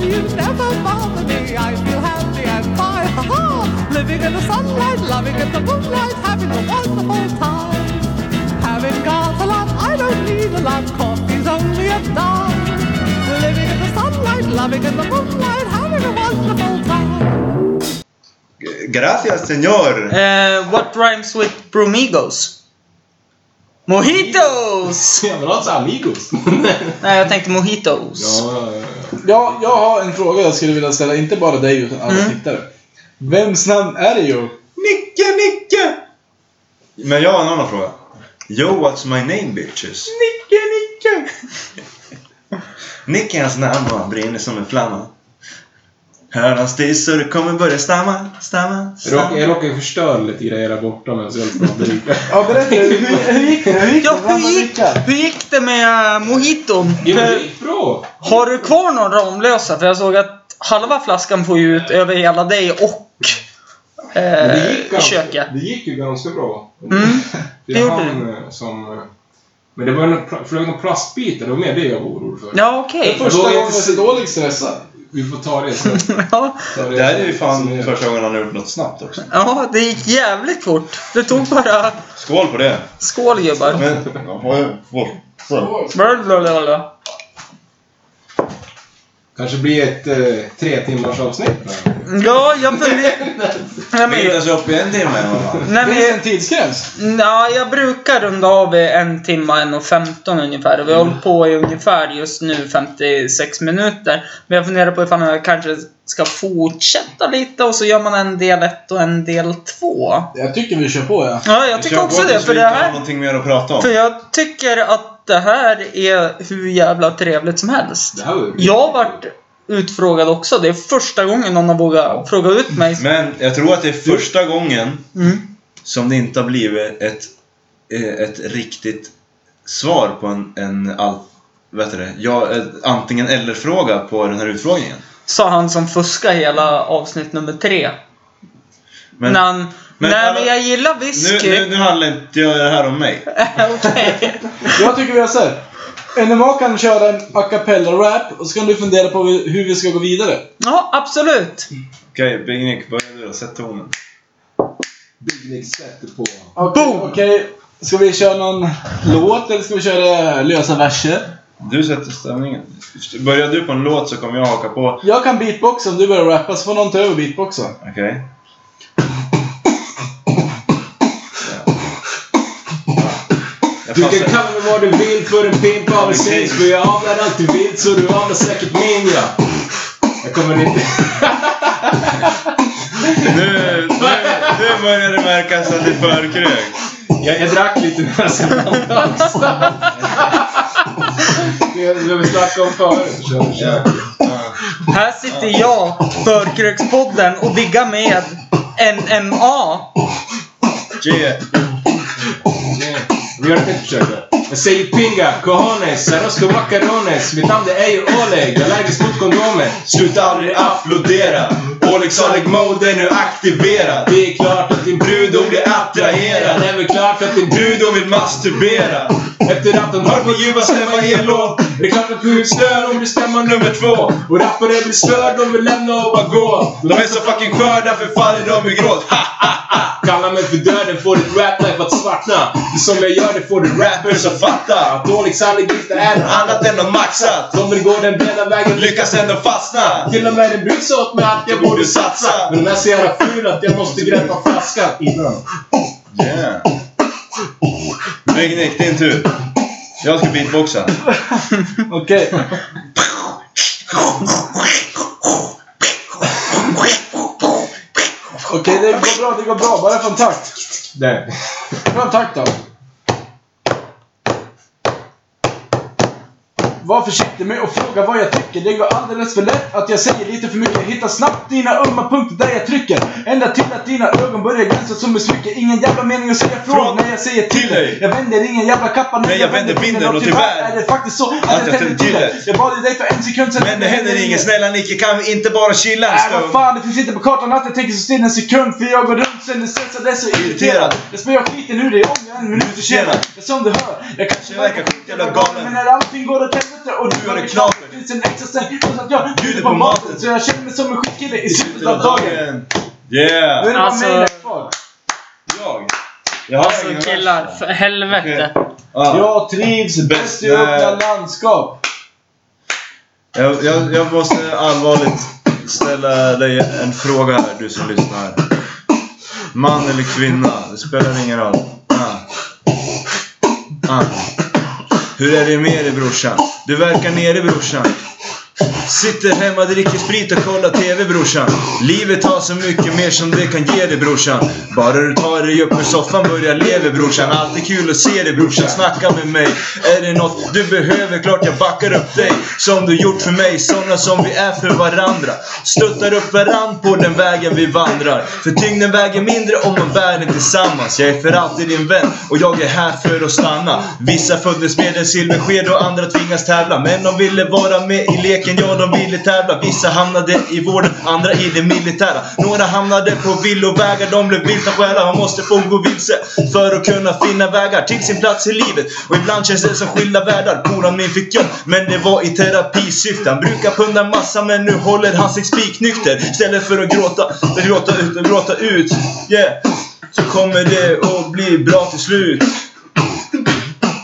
dreams never bother me. I feel happy and fine. Ha ha! Living in the sunlight, loving in the moonlight, having a wonderful time. Having got a lot, I don't need a lot. Coffee's only a dime. Living in the sunlight, loving in the moonlight, having a wonderful time. Gracias, señor. Eh, what rhymes with bromigos? Mojitos! Jag vill ha ett amigos. Nej, jag tänkte mojitos. ja, ja, ja. Ja, jag har en fråga jag skulle vilja ställa, inte bara dig utan alla Mm. tittare. Vems namn är det ju? Nicke, Nicke! Men jag har en annan fråga. Yo, what's my name bitches? Nicke, Nicke! Nick är hans namn och han brinner som en flamma. Hör hans diss och det kommer börja stamma, stamma, Rock, stamma. jag råkade förstöra lite grejer där borta medan jag höll på att dricka. Ja, berätta. Hur, hur gick det? Hur gick Ja, det? hur Vann man gick, lyckan? hur gick det med eh, mojiton? Jo, men det Eh, gick bra. Har du kvar någon Ramlösa? För jag såg att halva flaskan får ju ut över hela dig och Men det, gick eh, ganska, köket. det gick ju ganska bra. Mm. Det, det är gjorde han eh, som... eh, Men det var en, pla- flög någon plastbitar, det var mer det jag var orolig för. Ja, okej. får- Första Då är gången jag det- ser dålig stressad. Vi får ta det sen. Ja, Ta Det här är ju fan sen. första gången han har gjort något snabbt också. ja, det gick jävligt fort. Det tog bara... Skål på det! Skål gubbar. Men, Blablabla. Kanske blir ett eh, tre timmars avsnitt. Ja, jag funderar... Nej, vi är inte men- ens uppe i en timme än, va? Nej, Finns det en men, tidsgräns? ja, jag brukar runda av i en timme, en och femton ungefär. Vi har Mm. hållit på i ungefär just nu 56 minuter. Men jag funderar på ifall jag kanske ska fortsätta lite och så gör man en del ett och en del två. Jag tycker vi kör på, ja. Ja, jag tycker Kör också på det. tills För, vi det inte har här, någonting mer att prata för om. jag tycker att det här är hur jävla trevligt som helst. Det här var ju- Jag vart utfrågad också. Det är första gången någon har vågat fråga ut mig. Men jag tror att det är första gången Mm. som det inte har blivit ett, eh, ett riktigt svar på en, en all, vet du det, ja, ett antingen eller fråga på den här utfrågningen. Sa han som fuskade hela avsnitt nummer tre. Men när han, men nej alla- men jag gillar nu, whisky. nu, nu handlar inte jag det här om mig. Okej. Jag tycker vi har sett. NMA kan köra en a cappella-rap och så kan du fundera på hur vi ska gå vidare. Ja, absolut. Okej, Big Nick, börja du då. Sätt tonen. Big Nick sätter på. Okej, Boom! Okej, ska vi köra någon låt eller ska vi köra lösa verser? Du sätter stämningen. Börjar du på en låt så kommer jag haka på. Jag kan beatboxa om du börjar rappa så får någon ta över beatboxen. Okej. Jag Du kan passar- kalla mig vad du vill för en pimp av en snitch För jag avlar allt du vill så du avlar säkert min ja. Jag kommer inte... Nu, nu, nu börjar det märkas att det är förkrök. Jag, jag drack lite när jag skulle andas. Det det vi snackade om förut. Kör, kör. Här sitter jag, Förkrökspodden, och diggar med NMA. Yeah. Nej, Vi gör ett nytt försök då. Jag säger pinga, cojones, sarosco macarones. Mitt namn det är ju Oleg, allergisk mot kondomer. Sluta aldrig applådera. Olycksalig mode är nu aktiverad. Det är klart att din brud hon blir attraherad. Det är väl klart att din brud Du då vill masturbera. efter att hon hört min ljuva stämma i en låt. Det är klart att du är störd, hon blir stämma nummer två. Och rappare blir störd, de vill lämna och bara gå. De är så fucking skörda, förfaller de i gråt. Ha! Kalla mig för döden, får ditt rap-life att svartna. Det som jag gör det får du Rappers rappers som att fattar. fatta. Dålig sannolikhet det är något annat. Annat än de maxat. De vill gå den breda vägen. Lyckas ändå fastna. Till och med en brud sa åt mig att jag borde satsa. Men den är så jävla ful att jag måste greppa flaskan innan. Yeah. Big Nick, din tur. Jag ska beatboxa. Okej. Okej, det går bra, det går bra. Bara från takt. Där. Från takt då. Var försiktig med att fråga vad jag tycker. Det går alldeles för lätt att jag säger lite för mycket. Hitta snabbt dina ömma punkter där jag trycker. Ända till att dina ögon börjar glänsa som ett smycke. Ingen jävla mening att säga Från från när jag säger till till dig. dig. Jag vänder ingen jävla kappa när Nej, jag vänder vinden och tyvärr är det faktiskt så att jag jag tänder tänder till till det. det. Jag bad ju dig för en sekund sedan. Men det händer inget. Snälla Nicke, kan vi inte bara chilla en Nej, Äh, vad stund? fan, det finns inte på kartan att jag tänker så still en sekund För jag går runt sen det stressad, är så irriterad Jag spöar skiten ur dig om jag är en minut försenad Jag som du hör, jag kanske Jag verkar skitjävla galen. Men när allting går åt helvete center och du Var det har klart? knappt finns en extra stäng så att jag bjuder på på maten. maten. Så jag känner mig som en skitkille i slutet av dagen. Nu är Yeah! det bara Alltså- mig där kvar. Jag? Jag har Alltså ingen killar, vers. för helvete. Ja. Jag trivs bäst i öppna landskap. Jag, jag, jag måste allvarligt ställa dig en fråga här, du som lyssnar. Man eller kvinna, det spelar ingen roll. Ah. Ah. Hur är det med dig brorsan? Du verkar nere brorsan. Sitter hemma, dricker sprit och kollar TV brorsan. Livet har så mycket mer som det kan ge dig brorsan. Bara du tar dig upp ur soffan börjar leva brorsan. Alltid kul att se dig brorsan. Snacka med mig. Är det något du behöver? Klart jag backar upp dig. Som du gjort för mig. Såna som vi är för varandra. Stöttar upp varann på den vägen vi vandrar. För tyngden väger mindre om man bär den tillsammans. Jag är för alltid din vän och jag är här för att stanna. Vissa föddes med en silversked och andra tvingas tävla. Men de ville vara med i leken, ja de ville tävla. Vissa hamnade i vården, andra i det militära. Några hamnade på villovägar, de blev vilda själar. Man måste få gå vilse för att kunna finna vägar till sin plats i livet. Och ibland känns det som skilda världar. Polaren min fick jag, men det var i terapisyfte. Han brukar punda massa, men nu håller han sig spiknykter. Istället för att gråta, gråta ut och gråta ut. Yeah. Så kommer det att bli bra till slut.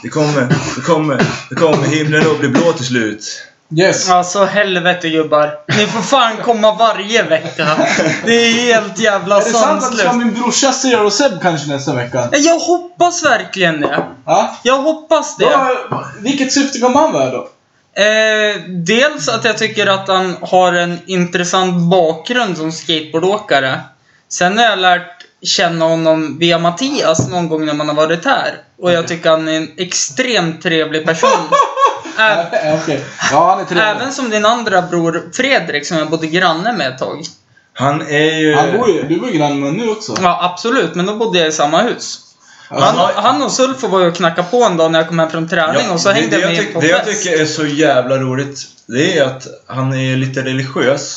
Det kommer, det kommer, det kommer himlen att bli blå till slut. Yes. Alltså helvete gubbar. Ni får fan komma varje vecka. Det är helt jävla Är det sant att du ska ha sanslöst. min brorsa Zero Seb kanske nästa vecka? Ja, Jag hoppas verkligen det. Ja? Jag hoppas det. Då, vilket syfte kommer han vara då? Eh, dels att jag tycker att han har en intressant bakgrund som skateboardåkare. Sen har jag lärt känna honom via Mattias någon gång när man har varit här. Och jag tycker han är en extremt trevlig person. Ä- Ja, Okej. Ja, han är trevlig. Även som din andra bror Fredrik som jag bodde granne med ett tag. Han är ju... Han bor ju... Du bor ju granne med honom nu också. Ja, absolut. Men då bodde jag i samma hus. Han, Alltså, har- han och Sulfo var ju och knackade på en dag när jag kom hem från träning och så det- hängde det jag jag med tycker- på Det jag fest. tycker är så jävla roligt, det är att han är lite religiös.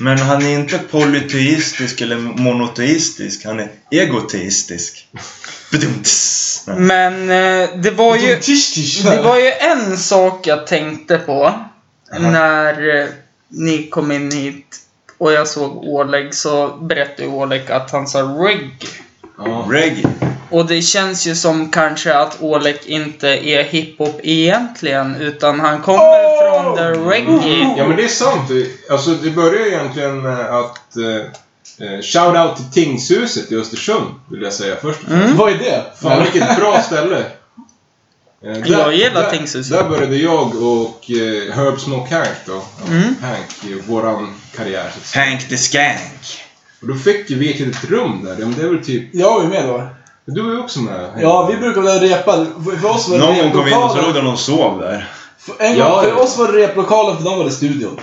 Men han är inte polyteistisk eller monoteistisk, han är egoteistisk. Bedumts. Nej. Men eh, det var ju... Det var ju en sak jag tänkte på när eh, ni kom in hit och jag såg Oleg så berättade ju Oleg att han sa reggae. Reggae. Och det känns ju som kanske att Oleg inte är hiphop egentligen utan han kommer Oh! från the reggae. Ja men det är sant. Alltså det börjar ju egentligen eh, att... Eh, Shoutout till Tingshuset i Östersund vill jag säga först. Mm. Vad är det? Fan vilket bra ställe. Eh, Jag gillar där, Tingshuset. Där började jag och eh, Herb Smoke Hank då. Mm. Hank, eh, våran karriär. så att säga. Hank the Skank. Och då fick ju vi ett litet rum där. Men det är väl typ... Jag var ju med då. Du var ju också med. Hank. Ja, vi brukade väl repa. För- För oss var det Någon gång kom vi in och så replokalen. låg det någon och sov där. För- En gång, Ja, för ja. oss var det replokalen, för de var det studion.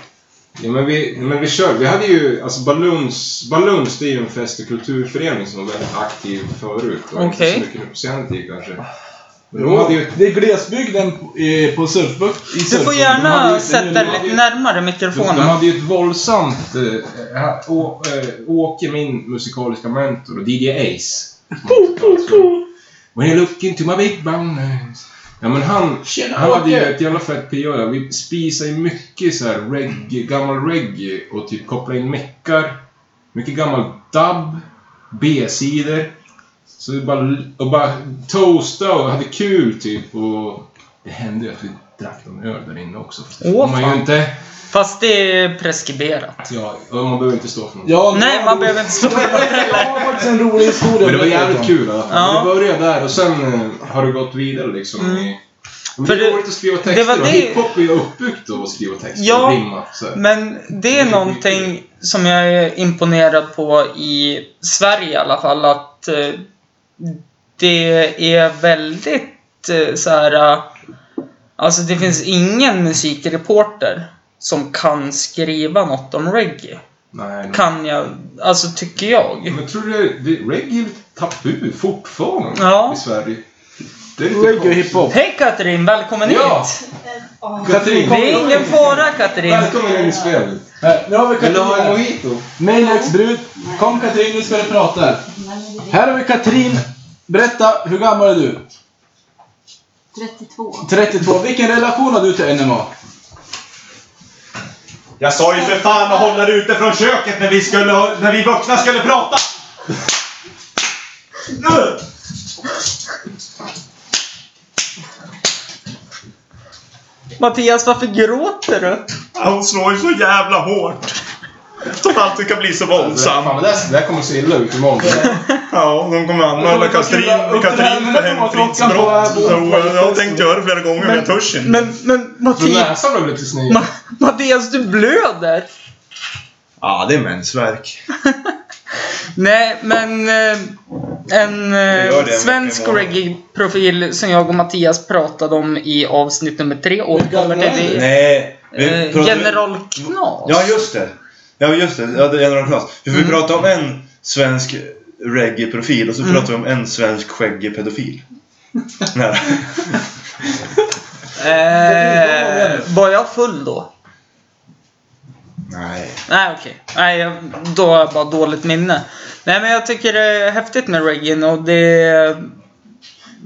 Ja, men vi, men vi kör. Vi hade ju, alltså Baluns, Baluns det är ju en fest och kulturförening som var väldigt aktiv förut. och inte Okej. så mycket nu på senare tid kanske. Men de hade ju, Det är glesbygden på, eh, på surfbuck. i Du får Surfbuck. De hade ju- gärna det- sätta dig lite närmare de mikrofonen. hade ju ett våldsamt... Eh, ha- Å- eh, Åke, min musikaliska mentor, och DJ Ace. When you look into my big brown eyes. Ja men han, Tjena, han hade ju Åke! ett jävla fett PO där. Vi spisade ju mycket så här reggae, gammal reggae och typ kopplade in meckar. Mycket gammal dubb, B-sidor. Så vi bara, och bara toastade och hade kul typ. Och det hände ju att vi drack någon öl där inne också. Åh, man ju fan. inte... Fast det är preskriberat. Ja, och man behöver inte stå för något. Ja, Nej, man behöver inte stå Jag har faktiskt en rolig historia. Men det var jävligt Berätta. kul i alla fall. Ja. Det började där och sen eh, har det gått vidare liksom. Mm. i- Men För det det- går inte att skriva det texter. var och det- Hiphop är ju uppbyggt av att skriva texter. Ja. och Rimma. Så. här. Men det är någonting som jag är imponerad på i Sverige i alla fall. Att eh, det är väldigt eh, så här... eh, Alltså det finns ingen musikreporter som kan skriva något om reggae. Nej, nej. Kan jag, alltså tycker jag. Men tror du det, reggae är lite tabu fortfarande Ja. i Sverige? Det är lite Reggae och konstigt. hiphop. Hej Katrin, välkommen Ja. hit! Katrin, Det är ingen fara Katrin. välkommen in i spelet. Här, Nu har vi Vill du ha en Katrin. mojito? Mailexbrud. Kom Katrin, nu ska du prata. här. Här har vi Katrin. Berätta, hur gammal är du? 32. 32. Vilken relation har du till NMA? Jag sa ju för fan att hålla dig ute från köket när vi, skulle, när vi vuxna skulle prata! Nu! Mattias, varför gråter du? Hon slår ju så jävla hårt. Så att alltid kan bli så våldsam. Fan, det där, det där kommer se illa ut imorgon. Ja, de kommer anmäla Katrin, Katrin för hemfridsbrott. Så eh, Jag har tänkt göra det flera gånger men jag törs inte. Men, men Så Mattias, näsan blev lite sned. Ma- Mattias, du blöder! Ja, det är mensvärk. Nej, men eh, gör en det eh, en svensk vecka imorgon. reggae-profil som jag och Mattias pratade om i avsnitt nummer tre återkommer gammal till det. Nej. vi Eh, pratar- General Knas. Mm. Ja, just det. Ja, just det. Ja, det är General Knas. För vi pratade om en svensk reggae-profil och Mm. så pratade vi om en svensk skäggig pedofil. Nej. Eh, var jag full då? Nej. Nej okej. Nej, jag- då har jag bara dåligt minne. Nej men jag tycker det är häftigt med reggae och det är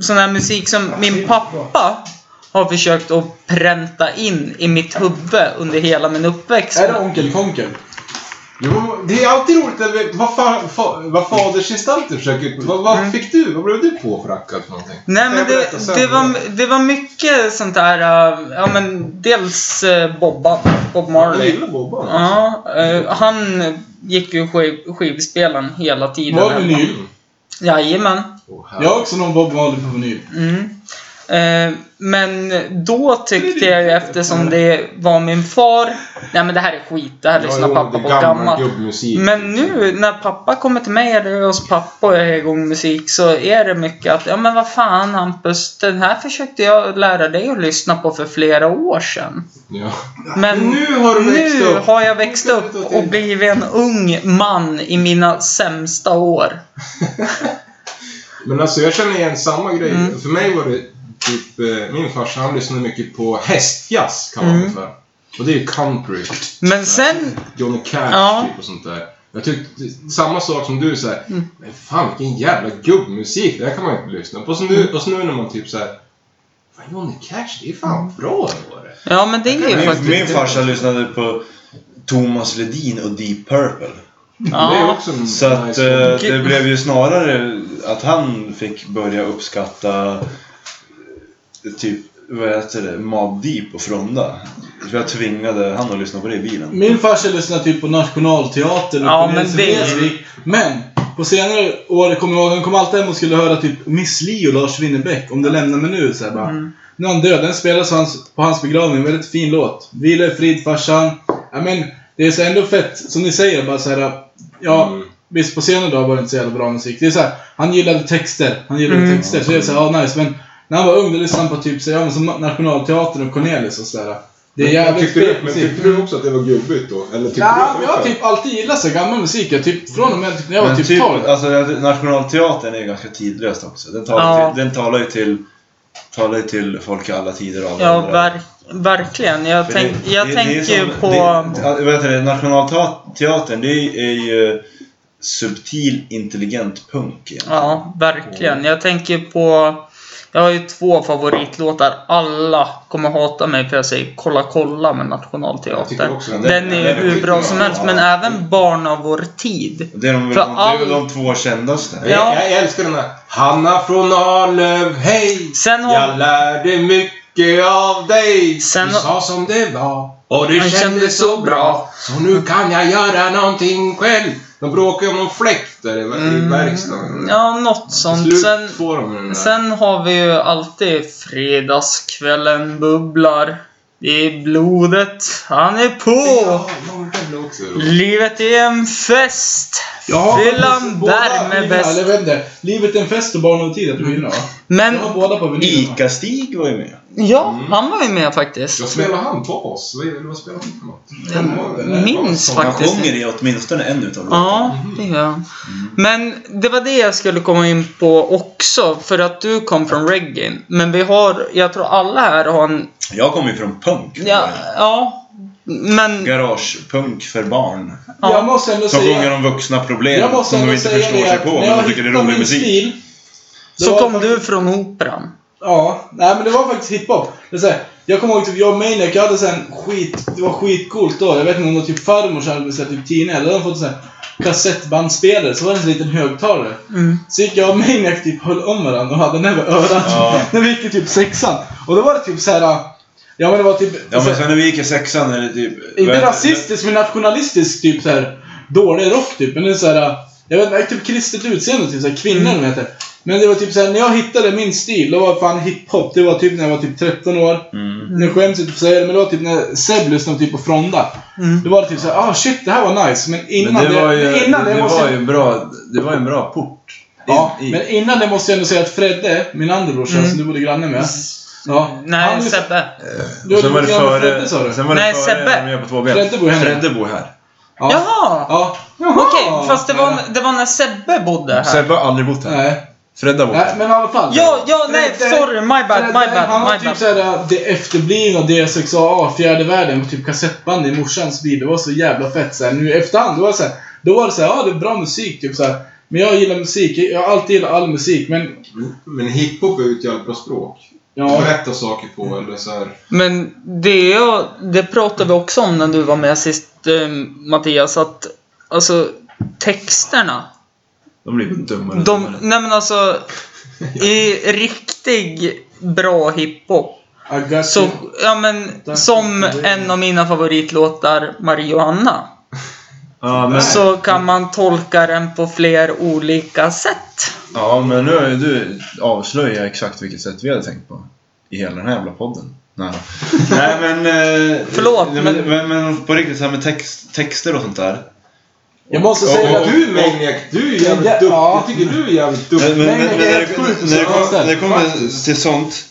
sån här musik som min pappa har försökt att pränta in i mitt huvud under hela min uppväxt. Är det Onkel Konkel? Jo, det är alltid roligt när vi, vad, fa, fa, vad fadersgestalter försöker... Vad, vad fick du? Vad blev du påfrackad för någonting? Nej Kan men jag det, berätta sen? det, var, det var mycket sånt där, äh, ja men dels äh, Bobban, Bob Jag Marley. gillar Bobban. Ja, äh, han gick ju skiv, skivspelaren hela tiden. Var det vinyl? Jajamän. Jag har också någon Bob Marley på vinyl. Mm. Eh, men då tyckte jag ju eftersom det var min far. Nej men det här är skit. Det här lyssnar pappa på gammalt. Gubbmusik. Men nu när pappa kommer till mig eller hos pappa och jag är igång musik så är det mycket att ja men vad fan Hampus. Den här försökte jag lära dig att lyssna på för flera år sedan. Ja. Men Nu har du växt nu upp. har jag växt upp och blivit en ung man i mina sämsta år. Men alltså jag känner igen samma grej. Mm. För mig var det typ... eh, Min farsa han lyssnade mycket på hästjazz kan man Mm. mm. för. Och det är ju country. Men sen Johnny Cash Ja. typ och sånt där. Jag tyckte samma sak som du såhär. Men fan vilken jävla gubbmusik. Det här kan man ju inte lyssna på. Och så nu, och så nu när man typ såhär. Fan Johnny Cash, det är fan bra då var det. Ja men det är ju faktiskt... Min, min farsa lyssnade på Thomas Ledin och Deep Purple. Det är Ja. också en Så att eh, nice- det blev ju snarare att han fick börja uppskatta eh, typ, vad heter det, Mob Deep och Fronda. För jag tvingade han att lyssna på det i bilen. Min farsa lyssnade typ på Nationalteatern och Ja, på men Nils det- Vreeswijk. Men på senare år kommer jag ihåg, han kom alltid hem och skulle höra typ Miss Li och Lars Winnerbäck, Om du lämnar mig nu. Så här, bara. Mm. Nu är han död. Den spelas på hans, på hans begravning. Väldigt fin låt. Vila i frid farsan. Ja, men det är så ändå fett, som ni säger, bara så här, ja, Mm. visst på senare dagar var det inte så jävla bra musik. Det är så här, han gillade texter. Han gillade Mm. texter. Så det är så här, ja nice. Men när han var ung då lyssnade han på typ så här, ja, men som Nationalteateatern och Cornelis och sådär. Det är jävligt tyckte, fet du, men musik. tyckte du också att det var gubbigt då? Eller tyckte Ja, du jag har typ alltid gillat så gammal musik. Jag typ, från och med typ, när jag var Men typ typ, 12. alltså, nationalteatern är ju ganska tidlös också. Den talar, Ja. till, den talar ju till talar ju till folk i alla tider och alla Ja, åldrar. verk, verkligen. Jag, För tänk, det- jag det- det är tänker som- ju på... Det, ja, vad heter det? Nationalteatern, det är ju subtil intelligent punk. egentligen. ja, verkligen. Jag tänker ju på... Jag har ju två favoritlåtar. Alla kommer hata mig för jag säger Kolla kolla med Jag tycker Nationalteatern. också den- Den är ju den är hur bra skitbra. som helst, men Ja. även Barn av vår tid. Det är de, För de, det är väl all- de två kändaste. Jag, Ja. jag älskar den där. Hanna från Arlöv, hej! Sen har- Jag lärde mycket av dig. Sen- Du sa som det var. Och det Han kändes, kändes så så bra. bra. Så nu kan jag göra någonting själv. De bråkar ju om någon fläkt där i, i verkstaden. Mm. Ja, något Till sånt. slut Sen, får de den där. sen har vi ju alltid Fredagskvällen bubblar. Det är blodet. Han är på! Ja, någon jävla också. Livet är en fest! Jag har Fyllan faktiskt båda värmer skivorna, bäst. Eller vem det Livet är en fest och barn och tid Mm. heter skivorna va? Jag Men har båda på vinyl. va? Ica-Stig var ju med. ja, han var ju med faktiskt. Vad spelar han bas? Vad, vad spelar han för något? Jag minns Han faktiskt sjunger i åtminstone en utav Ja, Mm. det gör han. Men det var det jag skulle komma in på också, för att du kom från reggae. Men vi har, jag tror alla här har en... Jag kommer ju från punk. Ja, ja men... Garagepunk för barn. Jag måste ändå Som sjunger säga... om vuxna problem Jag måste som de ändå inte säga förstår det sig att på, när men jag de tycker det är hittade rolig min musik. stil. det Så var kom faktiskt- du från operan. Ja, nej men det var faktiskt hiphop. Det är så här, jag kommer ihåg typ jag och Maniac, jag hade så här en skit, det var skitcoolt då. Jag vet inte om det var typ farmor som hade beställt typ tidningar, eller de hade fått en sån här kassettbandspelare, så var det en sån liten högtalare. Så gick jag och Maniac typ höll om varandra och hade den över örat. Ja. När vi gick i typ sexan. Och då var det typ så här. ja men det var typ... Ja så men här, sen när vi gick i sexan är det typ... inte rasistisk men nationalistisk typ så här dålig rock typ. Men det är så här, jag vet inte, typ kristet utseende, typ så här kvinnor mm. heter. Men det var typ så här, när jag hittade min stil, då var fan hiphop, det var typ när jag var typ 13 år. Mm. Nu skäms jag inte för att säga det, men det var typ när Seb lyssnade typ på Fronda. Mm. Då var det typ såhär, ah shit det här var nice. Men innan Men det var ju, men innan det, det, måste var jag, ju bra, det var ju en bra port. in ja, i. men innan det måste jag ändå säga att Fredde, min andra brorsa Mm. som du bodde granne med. Ja, Nej, han, Sebbe. du sen var det granne före... med Fredde sa du? Sen var det Nej, före Sebbe. de gör på två ben. Fredde bor hemma. Fredde bor här. Ja. Jaha! Ja. Okej, fast det var, Nej. det var när Sebbe bodde här. Sebbe har aldrig bott här. Nej. Fredde har bott Nej, här. men i alla fall. Ja, ja, nej, sorry, my bad, my bad, Han var my typ bad. såhär, det efterblivna D6AA, fjärde världen, typ kassettband i morsans bil. Det var så jävla fett såhär. Nu i efterhand, då var det såhär, då var det såhär, ja det är bra musik typ såhär. Men jag gillar musik, jag har alltid gillat all musik, men Men, men hiphop är ju ett jävla bra språk. ja. Rätta saker på eller så här. Men det, jag, det pratade vi också om när du var med sist eh, Mattias, att alltså texterna. De blir dummare och De, dummare. nej men alltså, i riktig bra hiphop I got Så, you. ja men, som en av mina favoritlåtar, Marie och Anna. Ja men, Så kan man tolka den på fler olika sätt. ja, men nu har ju du avslöjat exakt vilket sätt vi hade tänkt på. I hela den här jävla podden. Nej, nej men... Eh, Förlåt, nej, men, men... men på riktigt, så här med text, texter och sånt där. Jag måste Och- säga och- att Du Maniac, du är jävligt Ja. duktig. Jag tycker du är jävligt Men, duktig. men, men, Nej, men, det är när, det, helt när, sjukt, det, alltså. kom- när det kommer till sånt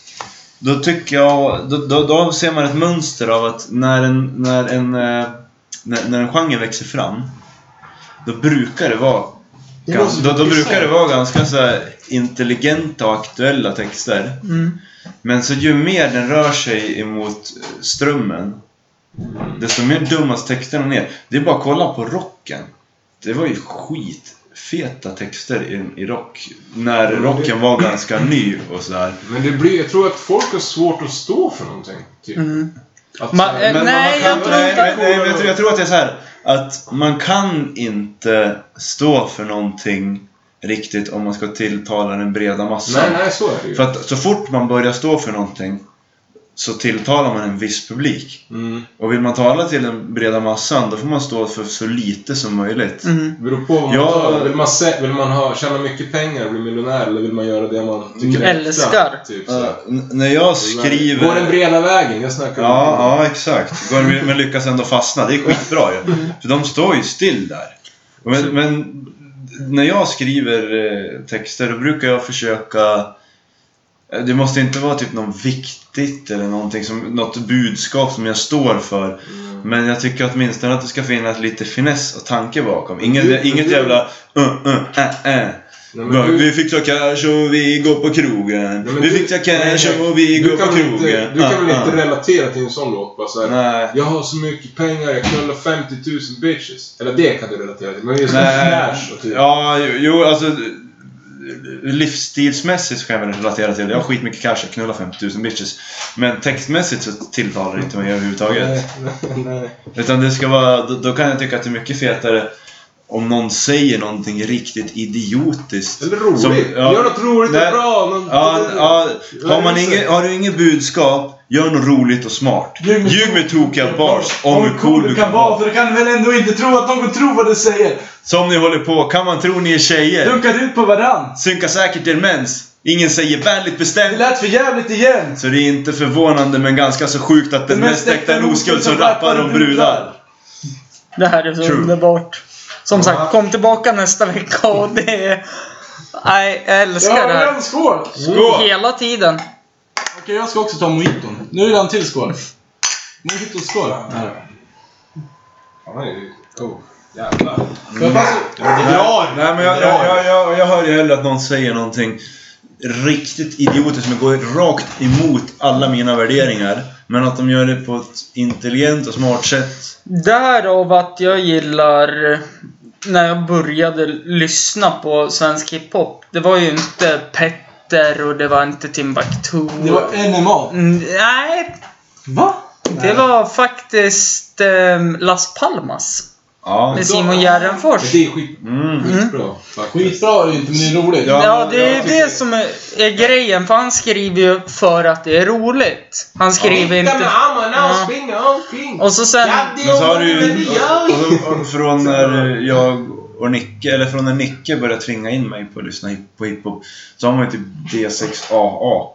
Då tycker jag, då, då, då ser man ett mönster av att när en, när en, eh, när, när en genre växer fram Då brukar det vara Det gans- måste då, då vara brukar så. det vara ganska så här intelligenta och aktuella texter Mm. Men så ju mer den rör sig emot eh, strömmen Desto mer dummas texterna ner Det är bara att kolla på rocken Det var ju skitfeta texter i, i rock När rocken var ganska ny och sådär Men det blir, jag tror att folk har svårt att stå för någonting. Typ. Mm. Att, Ma- så här- eh, nej, jag tror nej, inte- nej, nej, men jag, tror, jag tror att det är så här Att man kan inte stå för någonting riktigt om man ska tilltala den breda massan nej, nej, så är det ju. För att så fort man börjar stå för någonting så tilltalar man en viss publik. Mm. Och vill man tala till den breda massan då får man stå för så lite som möjligt. Mm. Det beror på vad man Ja. tar. Vill man, se, vill man ha, tjäna mycket pengar och bli miljonär eller vill man göra det man tycker är Älskar. äkta, Typ, så. Ja, n- när jag skriver... Gå den breda vägen, jag snackar om Ja, ja exakt. Går den- Men lyckas ändå fastna. Det är skitbra ju. För de står ju still där. Men, men när jag skriver eh, texter då brukar jag försöka eh, det måste inte vara typ något viktigt eller någonting som, något budskap som jag står för. Mm. Men jag tycker åtminstone att det ska finnas lite finess och tanke bakom. Inget, Du- inget du- jävla uh, uh, äh, äh. Nej, men Bara, du- Vi fixar cash och vi går på krogen. Nej, men vi du- fixar nej, cash nej. och vi Du går på kan väl krogen. inte, du kan väl Ah, inte ah. relatera till en sån låt? Bara så här, Nej. jag har så mycket pengar, jag knullar 50 000 bitches. Eller det kan du relatera till, men just Nej. Flash och typ. Ja, jo, jo, alltså... Livsstilsmässigt kan jag väl relatera till det. Jag har skitmycket cash, jag knullar 50 000 bitches. Men textmässigt så tilltalar det inte mig överhuvudtaget. nej, nej, nej. Utan det ska vara, då, då kan jag tycka att det är mycket fetare om någon säger någonting riktigt idiotiskt. Eller roligt. Som- ja. Gör något roligt Nej. och bra. Någon, Ja, ja, har, man Ja, just det. inget, har du inget budskap, gör något roligt och smart. Ljug med- Ljug med tokiga bars om hur cool du kan vara. För du kan väl ändå inte tro att någon tror vad du säger. Som ni håller på, kan man tro ni är tjejer? Dunkar ut på varann. Synkar säkert er mens. Ingen säger vänligt bestämt. Det lät för jävligt igen. Så det är inte förvånande men ganska så sjukt att den mest äkta en oskuld som rappar om brudar. Det här är så True. underbart. Som sagt, kom tillbaka nästa vecka och det är... Nej, jag älskar det Ja, här. en skål! Skål! Hela tiden. Okej, jag ska också ta mojiton. Nu är det en till skål. Mojitoskål. Ja, det är ju- oh, Jävlar. Mm. Men fast- Drar! Nej men jag, jag, jag, jag, jag hör ju hellre att någon säger någonting riktigt idiotiskt men går rakt emot alla mina värderingar. Men att de gör det på ett intelligent och smart sätt. Därav att jag gillar när jag började lyssna på svensk hiphop. Det var ju inte Petter Ritter och det var inte Timbuktu. Det var NMA. Mm, Nej, Va? det var faktiskt ehm, Las Palmas. Ja. Med Simon Gärdenfors. Det är skit, Mm. skitbra faktiskt. Skitbra är det inte, men det är roligt. Ja. Ja, det är jag det som är, är grejen. För han skriver ju för att det är roligt. Han skriver Titta inte... med armarna Ja. och springa omkring. Och så sen... Ja, det Men så har är du ju... ju... och- och- och Från när jag och Nicke, eller från när Nicke började tvinga in mig på att lyssna hip- på hiphop. Så har man ju typ D6AA.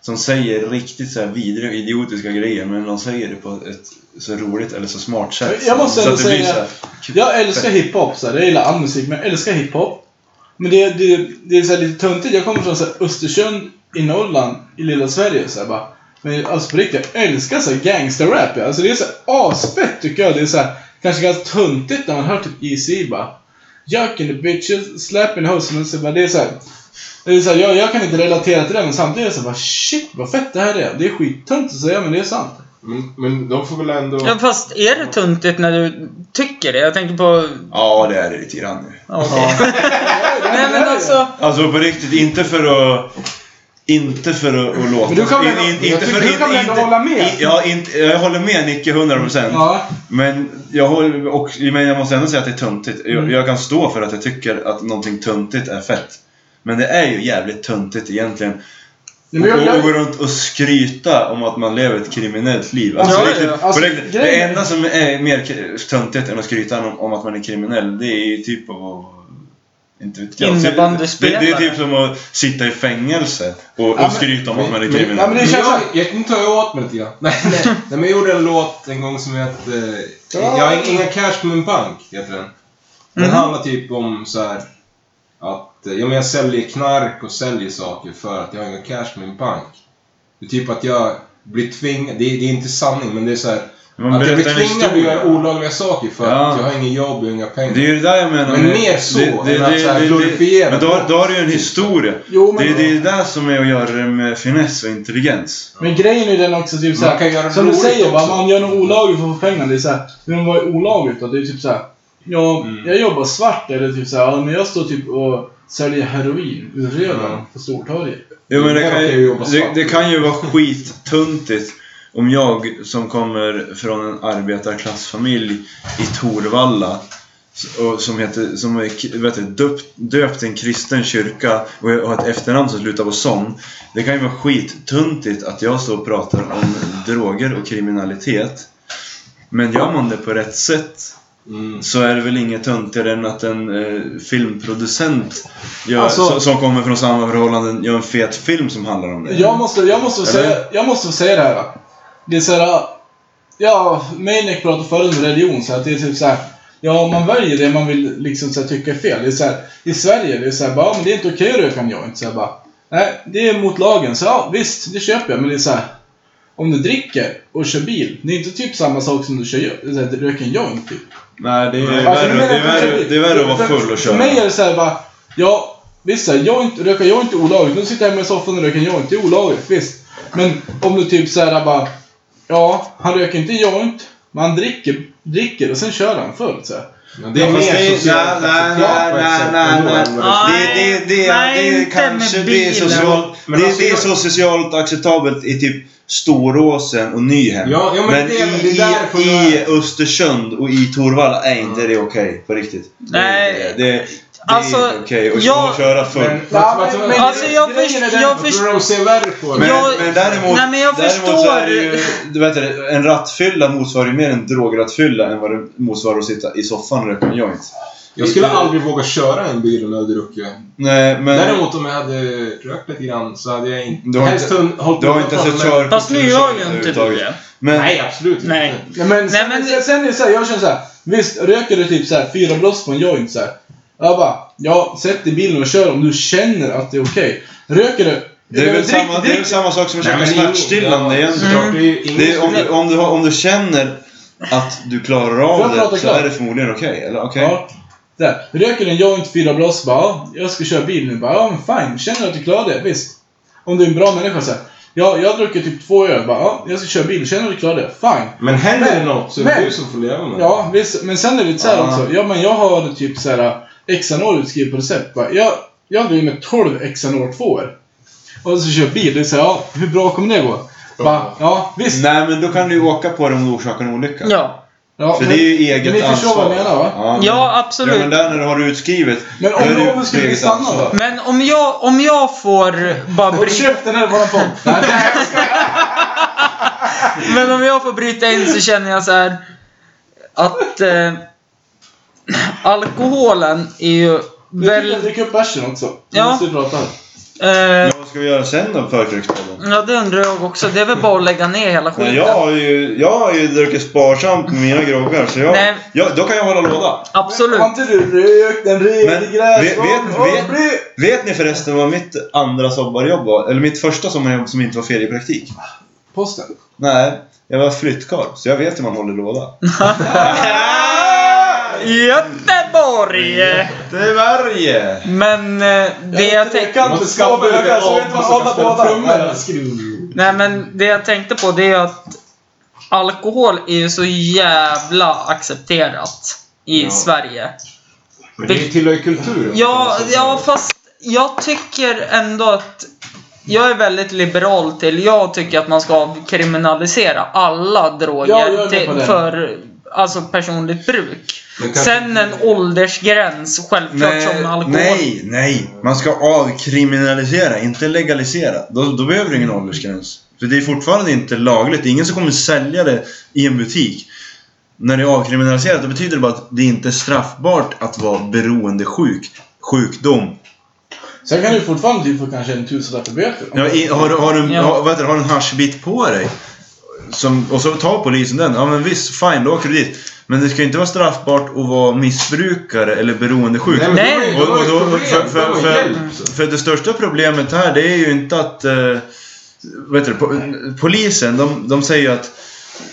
Som säger riktigt så här vidriga, idiotiska grejer. Men de säger det på ett så roligt eller så smart sätt. Jag måste så ändå att det blir säga- så här- Jag älskar hiphop, så här. jag gillar all musik, men jag älskar hiphop. Men det, det, det är så här lite töntigt, jag kommer från så här Östersund i Norrland, i lilla Sverige. Så här, bara. Men alltså på riktigt, jag älskar så här gangsterrap. Ja. Alltså, det är så här asfett tycker jag. Det är så här, kanske ganska töntigt när man hör typ EC bara. Yuck in the bitches, slap in the hoes. Men så bara, det är så här, det är så här, jag, jag kan inte relatera till det, men samtidigt är det så här, bara, shit vad fett det här är. Det är skittöntigt att säga, men det är sant. Men, men de får väl ändå... Ja, fast är det tuntigt när du tycker det? Jag tänker på... Ja, det är det lite grann nu. Ja, okej. Nej men alltså... Alltså på riktigt, inte för att... Inte för att, att låta... Men du kan väl- in, in, jag inte tycker för, du inte, kan väl ändå inte- hålla med? I, ja, inte, jag håller med Nicke 100%. Ja. Men jag, håller, och, men jag måste ändå säga att det är töntigt. Jag, Mm. jag kan stå för att jag tycker att någonting töntigt är fett. Men det är ju jävligt töntigt egentligen. Men jag- Och, jag- och gå runt och skryta om att man lever ett kriminellt liv. Alltså, Ja, på ja, riktigt- ja. på Alltså, riktigt, det grejen- enda som är mer k- töntigt än att skryta om, om att man är kriminell, det är ju typ av inte vet jag. Det, Innebandyspelare. det är typ som att sitta i fängelse och, och Ja, men- skryta om att man är men- ja, kriminell. men det Men känns jag, som- jag, nu tar jag åt mig lite grann. Nej, nej, nej, men jag gjorde en låt en gång som hette... Eh, Ja. jag har inga cash på min bank, heter den. Den Mhm. handlar typ om så här att eh, ja, men jag säljer knark och säljer saker för att jag har inga cash på min bank. Det är typ att jag blir tvingad, det, är- det är inte sanning men det är så här Man att jag blir berättar en tvingad att göra historia. olagliga saker för Ja. att jag har ingen jobb och inga pengar. Det är ju det där jag menar. Men med- mer så det, än att så här glorifiera Men då, brott. då har du ju en historia. Jo, men- det, det är ju det som är att göra det med finess och intelligens. Men grejen är den också, typ såhär, Man kan göra det som du roligt säger, va? också. man gör något olagligt för att få pengar. Det är såhär, men vad är olagligt då? Det är typ såhär, ja, Mm. jag jobbar svart eller typ såhär, ja, men jag står typ och säljer heroin ur röven Ja. på Stortorget. Jo, men det, Jag kan, kan ju jobba det, svart. det kan ju vara skittuntigt om jag som kommer från en arbetarklassfamilj i Torvalla s- och som, heter, som är k- vet du, döpt, döpt till en kristen kyrka och har ett efternamn som slutar på son. Det kan ju vara skittuntigt att jag står och pratar om droger och kriminalitet. Men gör man det på rätt sätt Mm. så är det väl inget töntigare än att en eh, filmproducent gör, Alltså- som, som kommer från samma förhållanden gör en fet film som handlar om det. Jag måste, jag måste, Eller? säga, jag måste få säga det här. va. Det är såhär, ja, Manek pratade förut om religion, så att det är typ såhär, ja, man väljer det man vill liksom såhär, tycka är fel. Det är såhär, i Sverige, det är såhär, bara, ja, men det är inte okej att röka en joint. Så jag bara, nej, det är mot lagen. Så ja, visst, det köper jag, men det är såhär, om du dricker och kör bil, det är inte typ samma sak som du kör, det är såhär, du röker en joint typ. Nej, det är Nej. Alltså, värre, det är menar jag inte värre, riktigt. det är värre att vara För- full och För mig är köra. det såhär bara, ja, visst såhär, jag är inte, röka jag är inte olagligt. Nu sitter jag hemma i soffan och röker joint, det är olagligt, visst. Men om du typ såhär bara, ja, han röker inte joint, men han dricker, dricker och sen kör han fullt såhär. Men det är mer Fast det är- socialt nej, nej, acceptabelt på ett nej, sätt nej, ändå nej. än vad det- Ah. Det, det, det, Nej, det, inte det kanske med det är, bilen. socialt, Men det, alltså, det är jag- så socialt acceptabelt i typ Storåsen och Nyhem. Ja, ja, men det- det är i, därför i, jag- i Östersund och i Torvalla är inte det okej på riktigt. Det är Nej. inte Det, det, det Alltså, är inte okej att jag- köra full. Men- men- men- Alltså, jag först- jag Vad tror du de ser värre på? Men, Jag- men däremot, Nej, men jag däremot så är det ju, förstår. du vet det, en rattfylla motsvarar ju mer en drograttfylla än vad det motsvarar att sitta i soffan och röka en joint. Jag skulle aldrig våga köra en bil om jag hade druckit. Nej, men Däremot om jag hade rökt lite grann så hade jag inte... Du har helst inte- hund- hållit du har mig inte utanför, sett men- körkort. Fast nu har ju eller inte du överhuvudtaget. det. Men, Nej, absolut Nej. inte. Nej men, sen, men- sen, sen är det såhär, jag känner såhär, visst röker du typ såhär fyra bloss på en joint såhär. Jag bara, ja, sätt dig i bilen och kör om du känner att det är okej. Röker du, det är väl drick- samma, det är drick- väl samma sak som att Nej, käka men smärtstillande Mm. ingen- ja, egentligen. såklart, det är ju Det är, ingen- om, du, om, du, har- om du känner att du klarar Jag av pratar det så klart. är det förmodligen okej. eller okej? Ja. Där. Röker en joint, fyra bloss, bara ja, jag ska köra bil nu. Bara, ja, men fine. Känner du att du klarar det? Visst. Om du är en bra människa så här. Ja, jag har druckit typ två öl. Bara, ja, jag ska köra bil. Känner du att du klarar det? Fine. Men händer det något så är det Men- du som får leva med det. Ja, visst. Men sen är det lite så här Ja. också. Ja, men jag har typ så här Xanol utskrivet på recept. Bara, jag, jag driver med 12 Xanol 2 år. Och så kör bil. Det är så här, ja, hur bra kommer det gå? Bara, ja, visst. Nej, men då kan du ju åka på det om du orsakar en olycka. Ja. Ja, För det är ju eget men ni ansvar. förstår vad jag menar va? Ja, ja, Ja, men absolut. där när du har det utskrivet. Men då är det ju om någon skulle bli eget stannad ansvar. då? Men om jag, om jag får bara Håll bryta, käften här, våran podd. Nej, men om jag får bryta in så känner jag så här att eh, alkoholen är ju Väl... väl... Drick upp bärsen också. Ja. Ja. Måste vi prata. Eh, Ja, vad ska vi göra sen då, förkrökspodden? ja, det undrar jag också. Det är väl bara att lägga ner hela Men skiten. jag har ju, jag har ju druckit sparsamt med mina groggar, så jag, Nej. jag, då kan jag hålla låda. Absolut. Har inte du rökt en Men redig vet- gräsrock? vet- vet- Vet ni förresten vad mitt andra sommarjobb var? Eller mitt första sommarjobb som inte var feriepraktik? Posten. Nej, jag var flyttkarl, så jag vet hur man håller låda. Göteborg! Göteborg! Men eh, det jag tänkte... Man ska behöva så vet man hålla båda. Nej men det jag tänkte på det är att alkohol är ju så jävla accepterat i Sverige. Men det tillhör ju kulturen. Ja, ja, fast jag tycker ändå att... Jag är väldigt liberal till... Jag tycker att man ska avkriminalisera alla Ja, jag är droger med på till, det. för alltså personligt bruk. Men kanske- Sen en åldersgräns, självklart, som med alkohol. nej, nej! Man ska avkriminalisera, inte legalisera. Då, då behöver du ingen åldersgräns. För det är fortfarande inte lagligt. Det är ingen som kommer sälja det i en butik. När det är avkriminaliserat, då betyder det bara att det inte är straffbart att vara beroendesjuk. Sjukdom. Sen kan du fortfarande typ få kanske en tusenlapp i böter. Ja, i, har, du- har, du, Ja. har, vad heter, det, har du en haschbit på dig? Som, och så tar polisen den. Ja men visst, fine, då åker du dit. Men det ska inte vara straffbart att vara missbrukare eller beroendesjuk. Nej, men det Nej. var ju- det Och, var och ju då, problem. för, Det för, var ju för, hjälp. för det största problemet här det är ju inte att eh, vet du, po- polisen de, de säger ju att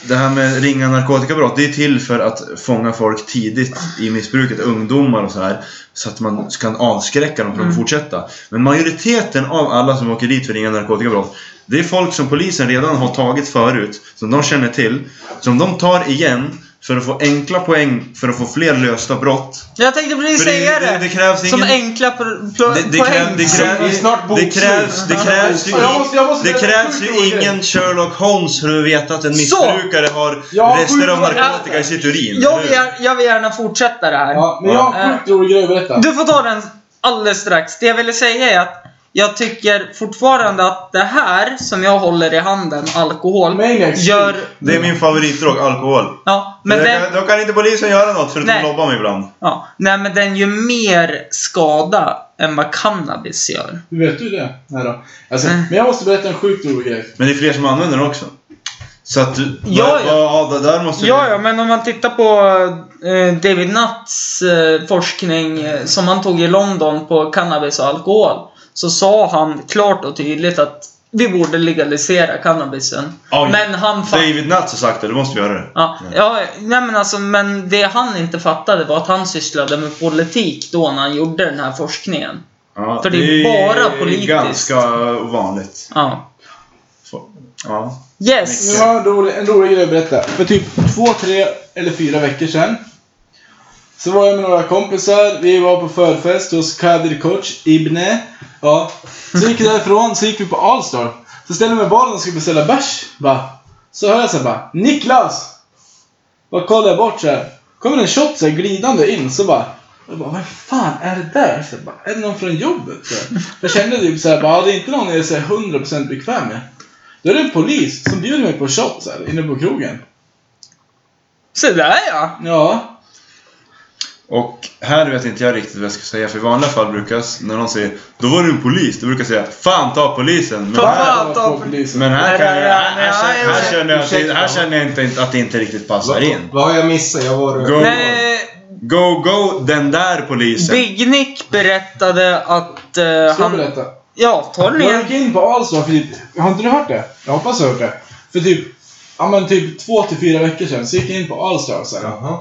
det här med ringa narkotikabrott det är till för att fånga folk tidigt i missbruket, ungdomar och så här så att man kan avskräcka dem från att fortsätta. Men majoriteten av alla som åker dit för ringa narkotikabrott det är folk som polisen redan har tagit förut, som de känner till, som de tar igen för att få enkla poäng för att få fler lösta brott Jag tänkte precis För det- säga det. det- det krävs som ingen- enkla pro- pro- det, det, poäng. krä, det, krä, Vi är snart det bokslut. krävs, det krävs ju, Jag måste- jag måste det göra krävs sjukt ju rolig ingen Sherlock Holmes för att veta att en Så! missbrukare har Jag har rester av sjukt rolig narkotika i sitt urin. jag, eller vill, hur? gär- jag vill gärna fortsätta det här. Ja, men jag har en sjukt rolig grej att berätta. Du får ta den alldeles strax. Det jag ville säga är att jag tycker fortfarande att det här som jag håller i handen, alkohol, Maniacs. gör... Det är min favoritdrog, alkohol. Ja, men Då den, kan- Då kan inte polisen göra något förutom Nej. att lobba mig ibland. ja, nej, men den gör mer skada än vad cannabis gör. Hur vet du det? Nej då. Alltså, Mm. men jag måste berätta en sjukt rolig grej. Men det är fler som använder den också. Så att du... Ja, ja. ja. det där måste Ja, du... ja, men om man tittar på eh, David Nutts eh, forskning eh, som han tog i London på cannabis och alkohol. Så sa han klart och tydligt att vi borde legalisera cannabisen. Oj. men han fattade David Nutt har sagt det, då måste vi göra det. Ja, ja, nej men alltså, men det han inte fattade var att han sysslade med politik då när han gjorde den här forskningen. Ja, För det är bara politiskt. ganska vanligt. Ja. Så, Ja. Yes! Nu har jag en rolig, en rolig grej att berätta. För typ två, tre eller fyra veckor sedan. Så var jag med några kompisar. Vi var på förfest hos Kadir Koch, Ibne. Ja. Så gick vi därifrån, så gick vi på Allstar. Så ställde jag mig i baren och skulle beställa bärs. Va? Så hör jag så här bara Niklas! Bara kollar jag bort så här. Kommer en shot så här glidande in så bara. Jag bara, vad fan är det där? Så jag bara, är det någon från jobbet? Så här. Jag kände typ så här, bara, ja, det är inte någon jag är så här 100% bekväm med. Då är det en polis som bjuder mig på shots här inne på krogen. Så där ja! Ja. Och här vet inte jag riktigt vad jag ska säga för i vanliga fall brukar jag, s- när någon säger Då var du en polis, då brukar jag säga Fan ta polisen! Men Ta här, fan! där var polisen. men här, kan jag, här, här, Nej, här, här känner jag, att det- ursäkta. här känner jag inte att det inte riktigt passar Vad- in. Vad har jag missat? Jag var... Go, Nej, go, go den där polisen! Eh, Big Nick berättade att eh, Ska jag han... berätta? Ja, ta den Jag igen. gick in på Allstar för typ, har inte du hört det? Jag hoppas du har hört det. För typ, ja men typ två till fyra veckor sedan så gick jag in på Allstar så här, Jaha.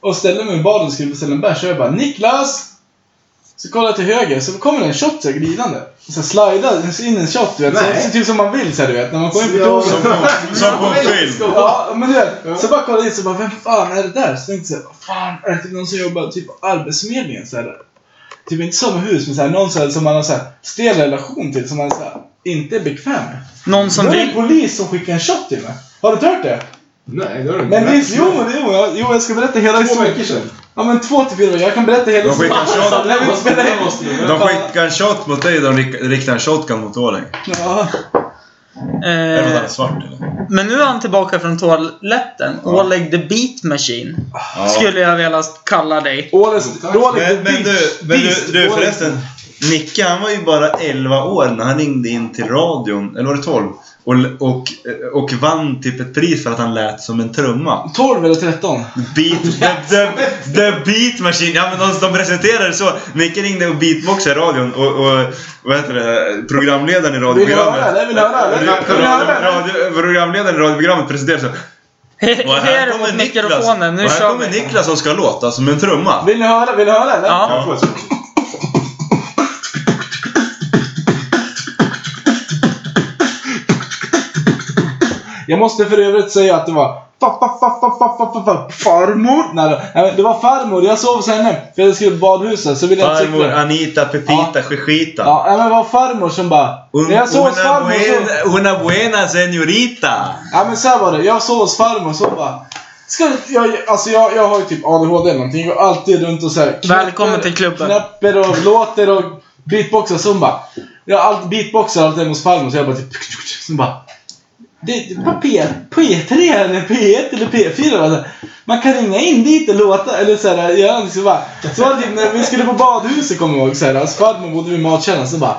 och ställde mig i baren och skulle beställa en bärs och jag bara Niklas! Så kollar jag till höger så kommer det en shot så här glidande. Och så slidar in en shot du vet. Så, Nej. så typ som man vill så här, du vet. När man kommer in på Ja. toaletten. Som på, som på film! Ja, men du vet. Så bara kollade jag in så bara, vem fan är det där? Så tänkte jag så här, fan är det typ någon som jobbar typ på Arbetsförmedlingen? Så här, typ inte samma hus, men så här, någon så här, som man har så här, stel relation till. Som man så här, inte är bekväm med. Någon som det var en vill... polis som skickade en shot till mig. Har du inte hört det? Nej, det har du inte. Men Nils, jo, men- jo, jag, jo, jag ska berätta hela Två veckor historien. sedan. Ja, men två till fyra veckor. Jag kan berätta hela De skickar en shot. Nej, men spela in. De skickar en shot mot dig, de rik- riktar en shotgun mot Åling. Ja. Är det för att Eh, han är svart eller? men nu är han tillbaka från toaletten. Oleg the Beat Machine. Ja. Eh, Skulle jag vilja kalla dig. Åles, Tack. Rålig, Men, men du, men du, du förresten. Nicke han var ju bara 11 år när han ringde in till radion, eller var det 12? Och, och, och vann typ ett pris för att han lät som en trumma. 12 eller 13? Beat, the, the, the Beat Machine. Ja men de, de presenterade det så. Micke ringde och beatboxade i radion och, och vad heter det, programledaren i radioprogrammet. höra det? Vill du höra det? Vill du höra det? Radio, programledaren i radioprogrammet presenterade sig. He- Och He här är mot kommer Niklas. mikrofonen. Nu och här kör kommer vi. Niklas som ska låta som en trumma. Vill ni höra? Vill ni höra eller? Ja. Jag får ett skott. Jag måste för övrigt säga att det var fa- fa- fa- fa- fa- fa- fa- fa- farmor. Nej, det- nej, det var farmor. Jag sov hos henne. För jag skulle på badhuset. Så ville jag inte Farmor, cykla. Anita, Pepita, Shishita. Ja, nej, men det var farmor som bara... Un, när jag sov hos una, farmor så... buena, una buena señorita. Ja men så här var det. Jag sov hos farmor så bara... Ska, jag, alltså jag, jag har ju typ ADHD eller någonting. Jag går alltid runt och så här, knäpper- Välkommen till klubben. Knäpper och låter och beatboxar. Så hon bara... Jag har allt, beatboxar alltid hemma hos farmor. Så jag bara typ... Så hon bara... Det, det var P, P3 eller P1 eller P4. Alltså. Man kan ringa in dit och låta eller så här, göra någonting. Så, bara, så var det typ när vi skulle på badhuset kommer jag ihåg. Så här, alltså farmor bodde vid matkällan. Så bara...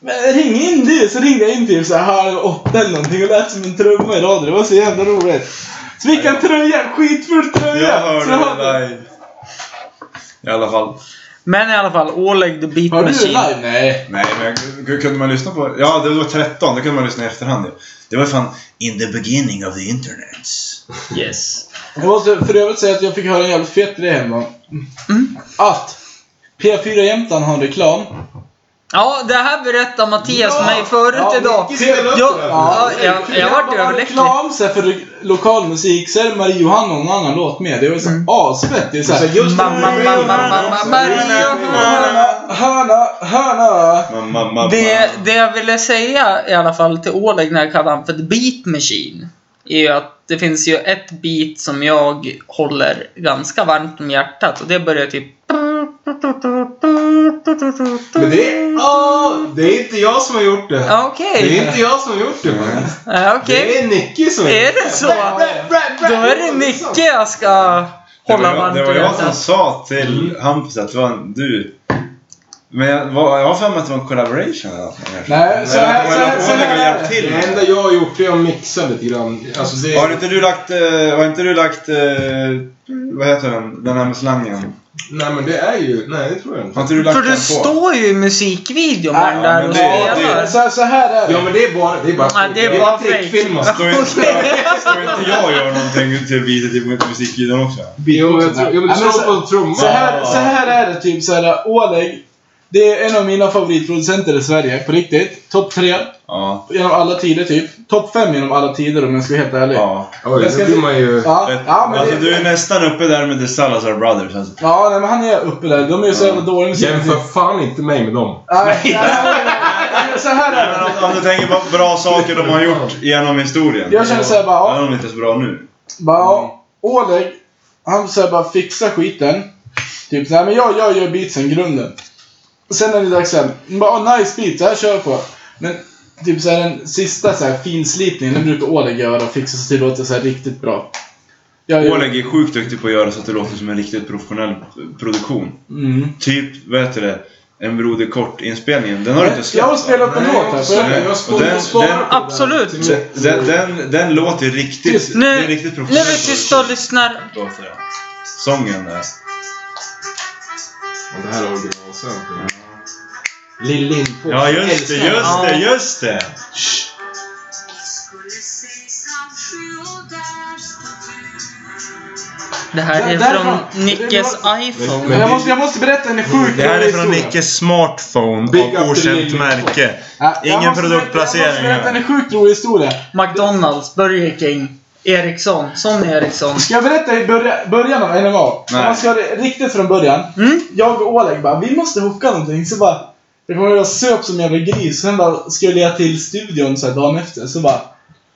Men ring in du! Så ringde jag in typ så här halv åtta eller någonting och lät som en trumma i radion. Det var så jävla roligt. Så fick jag en tröja, en skitful tröja! Jag så hörde det live. I alla fall. Men i alla fall, Oleg the Beat Har du det Machine. live? Nej. Nej, men jag- hur kunde man lyssna på... Ja, det var 13. Det kunde man lyssna i efterhand ju. Det var fan In the beginning of the internet. Yes. Jag måste för övrigt säga att jag fick höra en jävligt fet grej hemma. Att P4 Jämtland har en reklam. Ja, det här berättade Mattias för mig förut Ja, idag. Micke ställer upp Ja, det där. ja, jag, jag Grabbarna vart har överlycklig. reklam så här, för lo- lokal musik. Så är det Marie Johanna och någon annan låt med. Det var så här, Mm. asfett. Det är så här, Mamma, mamma, mamma, Maria. Hörna, hörna, hörna. Mamma, mamma. Det, det jag ville säga i alla fall till Oleg när jag kallade han för The Beat Machine är ju att det finns ju ett beat som jag håller ganska varmt om hjärtat och det börjar typ... Men det är, åh, det är inte jag som har gjort det. Ja, Det Okej, är inte jag som har gjort det faktiskt. Ja, Det okej. är Nicky som har gjort Är det så? Då är det Nicke jag ska Det var hålla jag, varmt det om var jag som hjärtat. sa till Hampus att det var en- du. Men jag, var, jag har för mig att det var en collaboration eller något. kanske. Nej, så här- Men så jag här- tror så att här jag är hjälpt det. till. Det enda jag har gjort är att mixa lite grann. Alltså det Har inte du lagt, eh, har inte du lagt, eh, vad heter den, den här med slangen? Nej men det är ju... Nej det tror jag Har inte. inte du lagt För den du på? står ju i musikvideon Ja, med den där men och det- det- spelar. Så, här- så här är det. Ja men det är bara... Det är bara, Nej, det är bara fake. trickfilmat. Står inte, står inte jag och gör någonting till beatet i musikvideon också? Jo, jag tror- jo men Ja, du men slår på en trumma. Så här, så här är det typ så här, Oleg. Det är en av mina favoritproducenter i Sverige, på riktigt. Topp tre Ja. genom alla tider typ. Topp fem genom alla tider om jag ska vara helt ärlig. Ja, ja. Oj, Jag ska- då blir man ju... ja, men, alltså, det, du är nästan uppe där med The Salazar Brothers. Alltså. ja nej, men han är uppe där. De är ju så jävla dåliga musik. Jämför fan inte mig med dem. Nej, nej, nej, nej, nej. Så här är det. Men Om du tänker på bra saker de har gjort genom historien. Jag känner såhär bara, Ja, ja, de är inte så bra nu. bara, Mm. ja, Oleg. Han så här bara fixa skiten. Typ nej men jag, jag gör beatsen, grunden. Sen är det dags sen. Bara, oh, nice beat, det här kör jag på. Men typ så här, den sista så här, finslipningen, den brukar Oleg göra och fixa så det låter så här riktigt bra. Jag gör- Oleg är sjukt duktig på att göra så att det låter som en riktigt professionell produktion. Mm. Typ, vad heter det? En Broder Kort-inspelningen. Den har du inte Jag släppt har spelat upp en Nej, låt här. jag får jag- har- jag har Och stått den- och sparat den- på den. Absolut. Till den. mitt- Mm. Den, den, den låter riktigt, Nu, det är riktigt nu professionellt. är vi tysta och lyssnar. låter det. Sången där. Ja, Det här är originalscenen. Lill Lindfors. Ja, just det, just det, just det! Det här Där- är därifrån. från Nickes iPhone. Men jag, måste, jag måste berätta en sjuk Det här är rolig från historia. Nickes smartphone Big up av okänt till- märke. Ja, Ingen jag måste berätta- Jag måste produktplacering berätta här. en sjukt rolig historia. McDonalds, Burger King, Ericsson, Sonny Ericsson. Ska jag berätta i börja, början av NMA? Om Nej. man ska ha det riktigt från början. Mm? Jag och Oleg bara, vi måste hooka någonting. Så bara, Jag kommer ihåg jag söp som en jävla gris, sen bara skulle jag till studion så här dagen efter, så bara...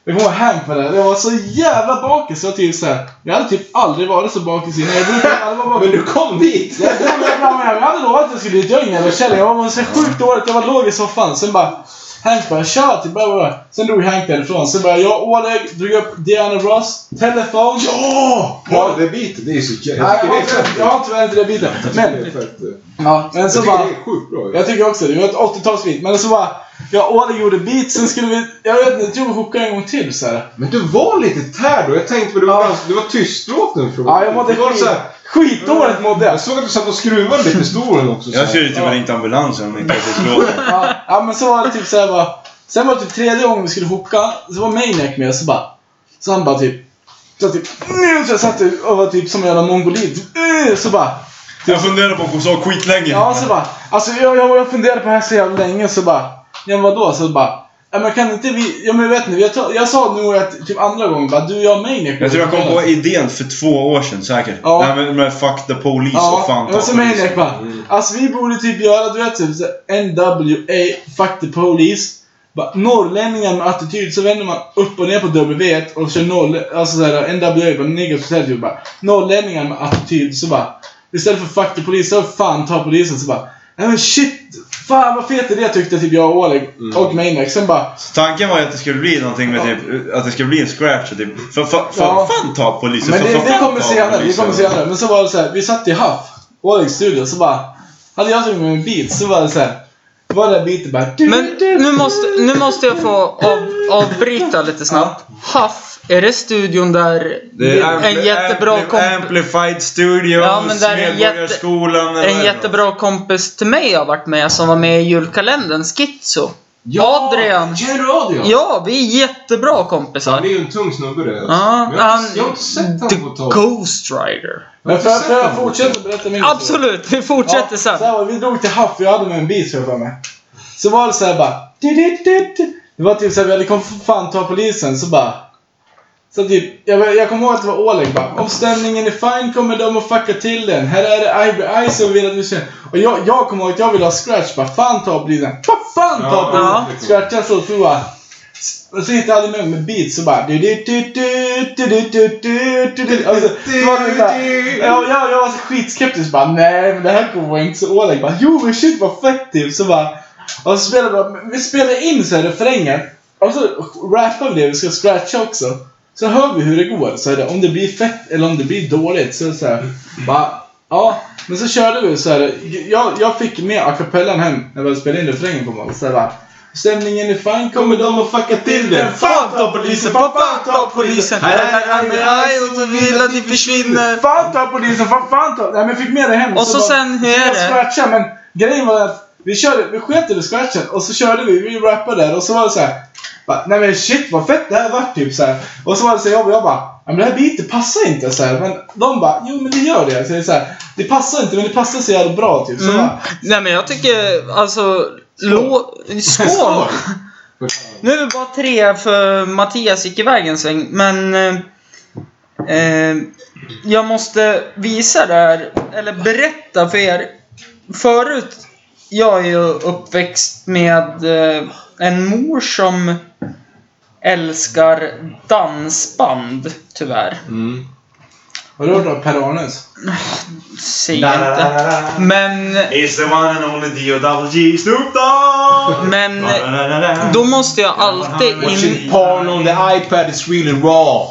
Jag kommer ihåg Hank var där, jag var så jävla bakis. Jag, typ så här, jag hade typ aldrig varit så bakis innan. Jag brukar aldrig vara bakis. Men du kom dit! Jag, kom med fram och jag hade lovat att jag skulle dit. Jag var ingen jävla kärring. Jag var så sjukt dåligt. Jag var låg i soffan. Sen bara... Hank bara tja, typ bara, bara. Sen drog Hank därifrån. Sen bara jag Oleg drog upp Diana Ross, telefon. Ja! På det biten, det är så jävla... Nej, Jag jag har tycker det inte- jag har tyvärr är fett. inte den biten. Jag Men, tycker det är fett. ja, men Jag så tycker bara... det är sjukt bra. Jag tycker också det. Det var ett 80-talsbeat. Men så bara... Jag och Oleg gjorde beat, sen skulle vi... Jag vet inte, jag tror vi hookade en gång till så här. Men du var lite tär då. Jag tänkte på du var Ja. ganska... Du var tystlåten från... Ja, jag mådde Du var skit, så här- skitdåligt mådde jag. Jag såg att du satt och skruvade lite i stolen också. så Jag här. skulle till och med ringt ambulansen om inte jag fick låten. Ja, ja men så var det typ såhär bara. Sen var det typ tredje gången vi skulle hooka, så var Maniac med så bara. Så han bara typ. Så typ. "Mm", Så jag satt typ och var typ som en jävla mongolid. Typ, "Mm", Så bara. Jag funderar på att gå så skitlänge. Ja så bara. Alltså jag, jag, jag funderade på det här så jävla länge så bara. Ja men vadå? Så bara. Ja men kan inte vi. Ja men vet ni. Jag, jag sa nog att typ andra gången bara. Du jag och Maniac. Jag tror jag kom på idén för två år sedan säkert. Ja. Det här med, med Fuck the Police och Ja, fan och så ta polisen. Maniac bara. Alltså vi borde typ göra, du vet typ så här, NWA, Fuck the Police. Bara, norrlänningar med attityd, så vänder man upp och ner på W och kör noll, alltså såhär NWA, bara negativt attityd typ, bara. Norrlänningar med attityd, så bara. Istället för Fuck the Police, så fan ta polisen, så bara. Nej men shit! Fan vad fet idé tyckte typ jag och Oleg Mm. och Maniac. Sen bara. Så tanken var ju att det skulle bli någonting med typ, att det skulle bli en scratch och typ, för, för, för, Ja. fan ta polisen. Men för, det, för det fan kommer ta senare, det polisen. kommer senare. Men så var det så här, vi satt i Huff, Olegs studio, så bara... Hade jag tagit med mig en beat, så var det så här... Var det där beatet bara... du, Men du, nu måste, nu måste jag få av, avbryta lite snabbt. Huff, är det studion där Det är ampli- en jättebra ampli- kompis... Amplified Studios, Ja, men där är en jätte- Medborgarskolan eller En vad det är. jättebra kompis till mig har varit med som var med i julkalendern, Schizo. Adrian! Jerry Adrian! Ja, vi är jättebra kompisar. Det är ju en tung snubbe det. alltså. Ja, Men jag, har inte- han- jag har inte sett The honom på ett tag. Ghost Rider. Men för, för jag fortsätter berätta min historia. Absolut, vi Ja, fortsätter så sen. här var det, vi drog till Huff, jag hade med en beat, jag för mig. Så var det så här bara... Du, du, du, du. Det var typ så här, vi hade kom fan ta polisen, så bara... Så typ, jag, jag kommer ihåg att det var Oleg bara. Om stämningen är fin kommer de att fucka till den. Här är det Ivy Ice och vill att vi kör. Och jag, jag kommer ihåg att jag ville ha scratch. Bara fan ta polisen. Bara fan ta Ja, polisen. ja. Scratcha så tror jag. Och så hittade jag aldrig med med beat så bara... Du, du, du, du, du, du, du, du, du, du. Alltså, så var det så här- jag, jag, jag var så skitskeptisk bara. Nej men det här kommer inte. Så Oleg bara. Jo men shit vad fett typ. Så bara. Och så spelade jag bara, vi spelade in så här refrängen. Och så rappar vi det, vi ska scratcha också. Så hör vi hur det går. Så är det, om det blir fett eller om det blir dåligt. Så är det så här, bara, ja. Men så körde vi så här. Jag, jag fick med a cappellan hem när vi spelade in refrängen på morgonen. Så här, bara, Stämningen är fan, kommer de att fucka till den? Fan ta polisen, fan ta polisen! Här är Ivy Ice och vill att ni försvinner. Fan ta polisen, fan fan ta... Nej men fick med det hem. Och så bara- sen, hur är jag det? scratchade men grejen var att vi, körde, vi sket i scratchen och så körde vi, vi rappade där och så var det så här. Bara, Nej men shit vad fett det här vart typ så här. Och så var det så här, jag, jag bara, "Ja, men det här beatet passar inte så här. Men de bara, jo men det gör det. Så det, är så här, det passar inte men det passar så jävla bra typ. Så Mm. bara, Nej men jag tycker alltså... Lå... Skål! Nu är vi bara tre för Mattias gick iväg en sväng men... eh, Eh, jag måste visa det här, eller berätta för er. Förut, jag är ju uppväxt med eh, en mor som älskar dansband, tyvärr. har du hört om Per-Arnes? Säg inte. Men, It's the one and only D.O.W.G. Snoop Dogg! men Da-da-da-da. då måste jag alltid in... Porn on the iPad is really raw.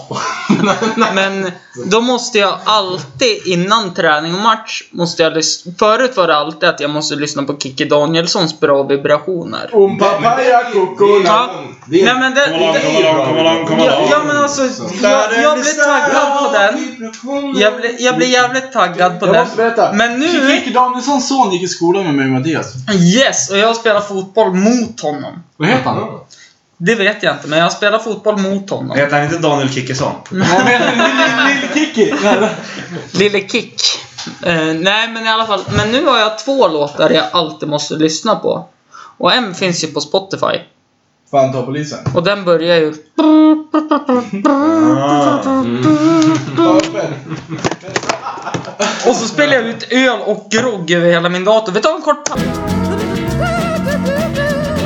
Men då måste jag alltid innan träning och match måste jag lys- Förut var det alltid att jag måste lyssna på Kikki Danielssons bra vibrationer. Om papaya kokon. Ja. Det är- Nej men det... Kom along, det kom along, kom along, kom ja, along. ja men alltså, jag, jag blir taggad på den. Jag blir, jag blir jävligt taggad på Jag den. måste berätta. Men nu... Kikki Danielssons son gick i skolan med mig och Mattias. Yes! Och jag spelar fotboll mot honom. Vad heter han? Det vet jag inte, men jag spelar fotboll mot honom. Heter han inte Daniel Kickesson? Vad heter han? Lill-Kikki? Lille Kick. Eh, nej men i alla fall, men nu har jag två låtar jag alltid måste lyssna på. Och en finns ju på Spotify. Fan ta polisen. Och den börjar ju... Mm. Ah. Ta upp en. Och så spelar jag ut öl och grogg över hela min dator. Vi tar en kort paus. Living in the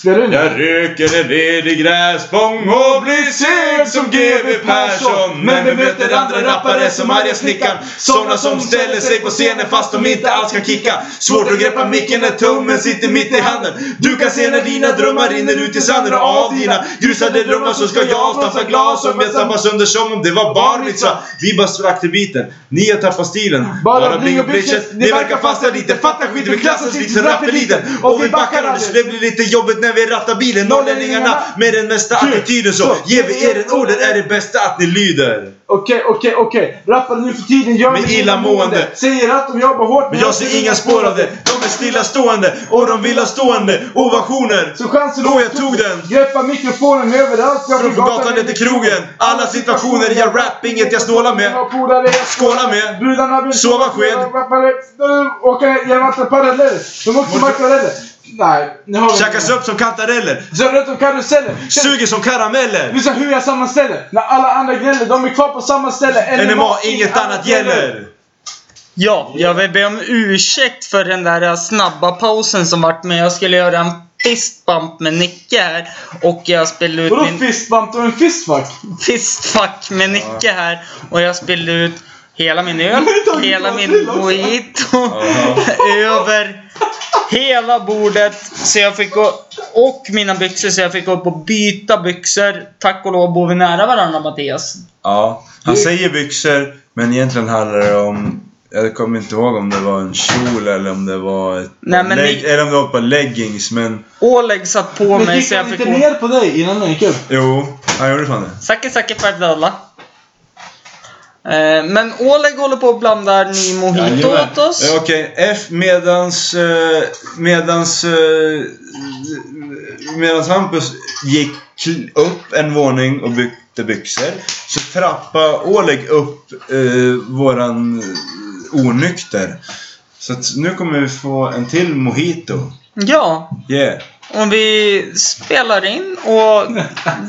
Spelar du nu? Jag röker en vedig grässpång och blir seg som GW Persson. Men vi möter andra rappare som arga snickaren. Såna som ställer sig på scenen fast de inte alls kan kicka. Svårt att greppa micken när tummen sitter mitt i handen. Du kan se när dina drömmar rinner ut i sanden och av dina grusade drömmar så ska jag stapla glas som jag stampar sönder som om det var barnpizza. Vi bara sprack till biten. Ni har tappat stilen. Bara bling och bitches. Ni verkar fastna lite. Fatta skiten med klassen slits rapeliten. Och vi backar aldrig. så Det blir lite jobbigt när vi rattar bilen. Norrlänningarna med den mesta attityden så. Ger vi er ett ord, det är det bästa att ni lyder. Okej, okej, okej. Rappare nu för tiden gör Med mig illamående. Säger att de jobbar hårt Men jag ser inga spår av det. De är stillastående och de vill ha stående ovationer. Så chansen Då jag tog den. Greppa mikrofonen överallt. Jag Från gatan ner till krogen. Alla situationer. Jag rap, inget jag snålar med. Jag polare. Skåla med. Brudarna vill... Sova sked. Rappare. de Åker genom att paralleller. De åker paralleller. Nej, nu har vi... Käkas upp som kantareller. Kör runt om karuseller. Suger som karameller. Visa hur jag sammanställer. När alla andra gnäller. De är kvar på samma ställe. NMA, inget annat gäller. Ja, jag vill be om ursäkt för den där snabba pausen som vart men jag skulle göra en fistbump med Nicke här och jag spelade ut Vadå min fistbump? och en fistfuck? fistfuck med Nicke här och jag spillde ut hela min öl, hela min mojito över hela bordet så jag fick gå, och mina byxor så jag fick gå upp och byta byxor. Tack och lov bor vi nära varandra Mattias. Ja, han säger byxor, men egentligen handlar det om... Jag kommer inte ihåg om det var en kjol eller om det var... Ett Nej, men leg- ni- Eller om det var på leggings, men... Oleg satt på Men mig gick så jag han fick inte gå. ner på dig innan han gick upp? Jo, han gjorde fan det. Sacke sacke fardalla. Eh, Men Oleg håller på och blandar ny mojito Jajamän. åt oss. Eh, Okej, F medans... eh, Medans... eh, Medans Hampus gick kl- upp en våning och bytte byxor så trappa Oleg upp eh, våran eh, onykter. Så att nu kommer vi få en till mojito. Ja, Yeah. och vi spelar in och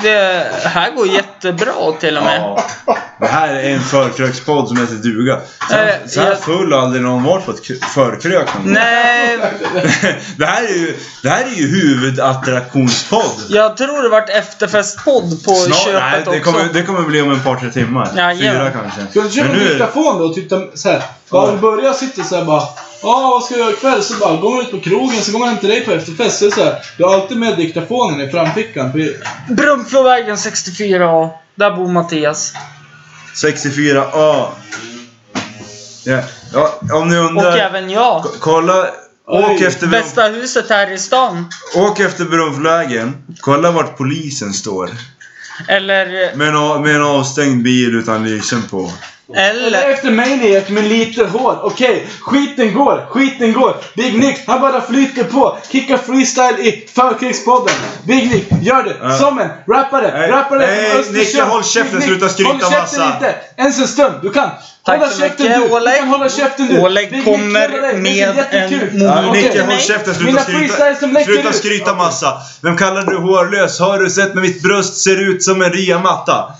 det här går jättebra till och med. Ja. Det här är en förkrökspodd som heter duga. Så här, Eh, så här jag- full har aldrig någon varit på ett kr- förkrök någon gång. Nej, det, här är ju, det här är ju huvudattraktionspodd. jag tror det vart efterfestpodd på nej, köpet det också. kommer, det kommer bli om en par, tre timmar. Ja, ja. Fyra kanske. Ska du köpa Men en nu är det- diktafon då och typ titta såhär? Bara i början sitter såhär bara Ja, vad ska jag göra ikväll? Så bara går man ut på krogen, så går man hem till dig på efterfest. Så är det såhär, du har alltid med diktafonen i framfickan. För Brunflovägen 64A. Där bor Mattias. 64A. Ja. Ja, om ni Och undrar. även jag. k- Kolla. Åk Oj, efter, Brunf- Bästa huset här i stan. åk efter Brunflägen. Kolla vart polisen står. Eller... Med en, a- med en avstängd bil utan lysen på. Eller Eller... efter Maniac med lite hår. Okej, skiten går, skiten går. Big Nick, han bara flyter på. Kickar freestyle i förkrigspodden. Big Nick, gör det. Ja. Som en rappare. Nej, rappare nej, från Östersund. Nicke, håll käften, Big Nick, sluta skryta håll käften massa. Inte. Ens en stund, du kan. Tack hålla så käften mycket, du. Oleg. Du kan hålla käften du. Oleg Big Nick, kommer knulla dig. Det är med jättekul. en Ja, mot- Okej. Nicke, håll nej. käften. Mina Sluta skryta, freestyles som läcker sluta ut. skryta massa. Vem kallar du hårlös? Har du sett när mitt bröst ser ut som en ryamatta?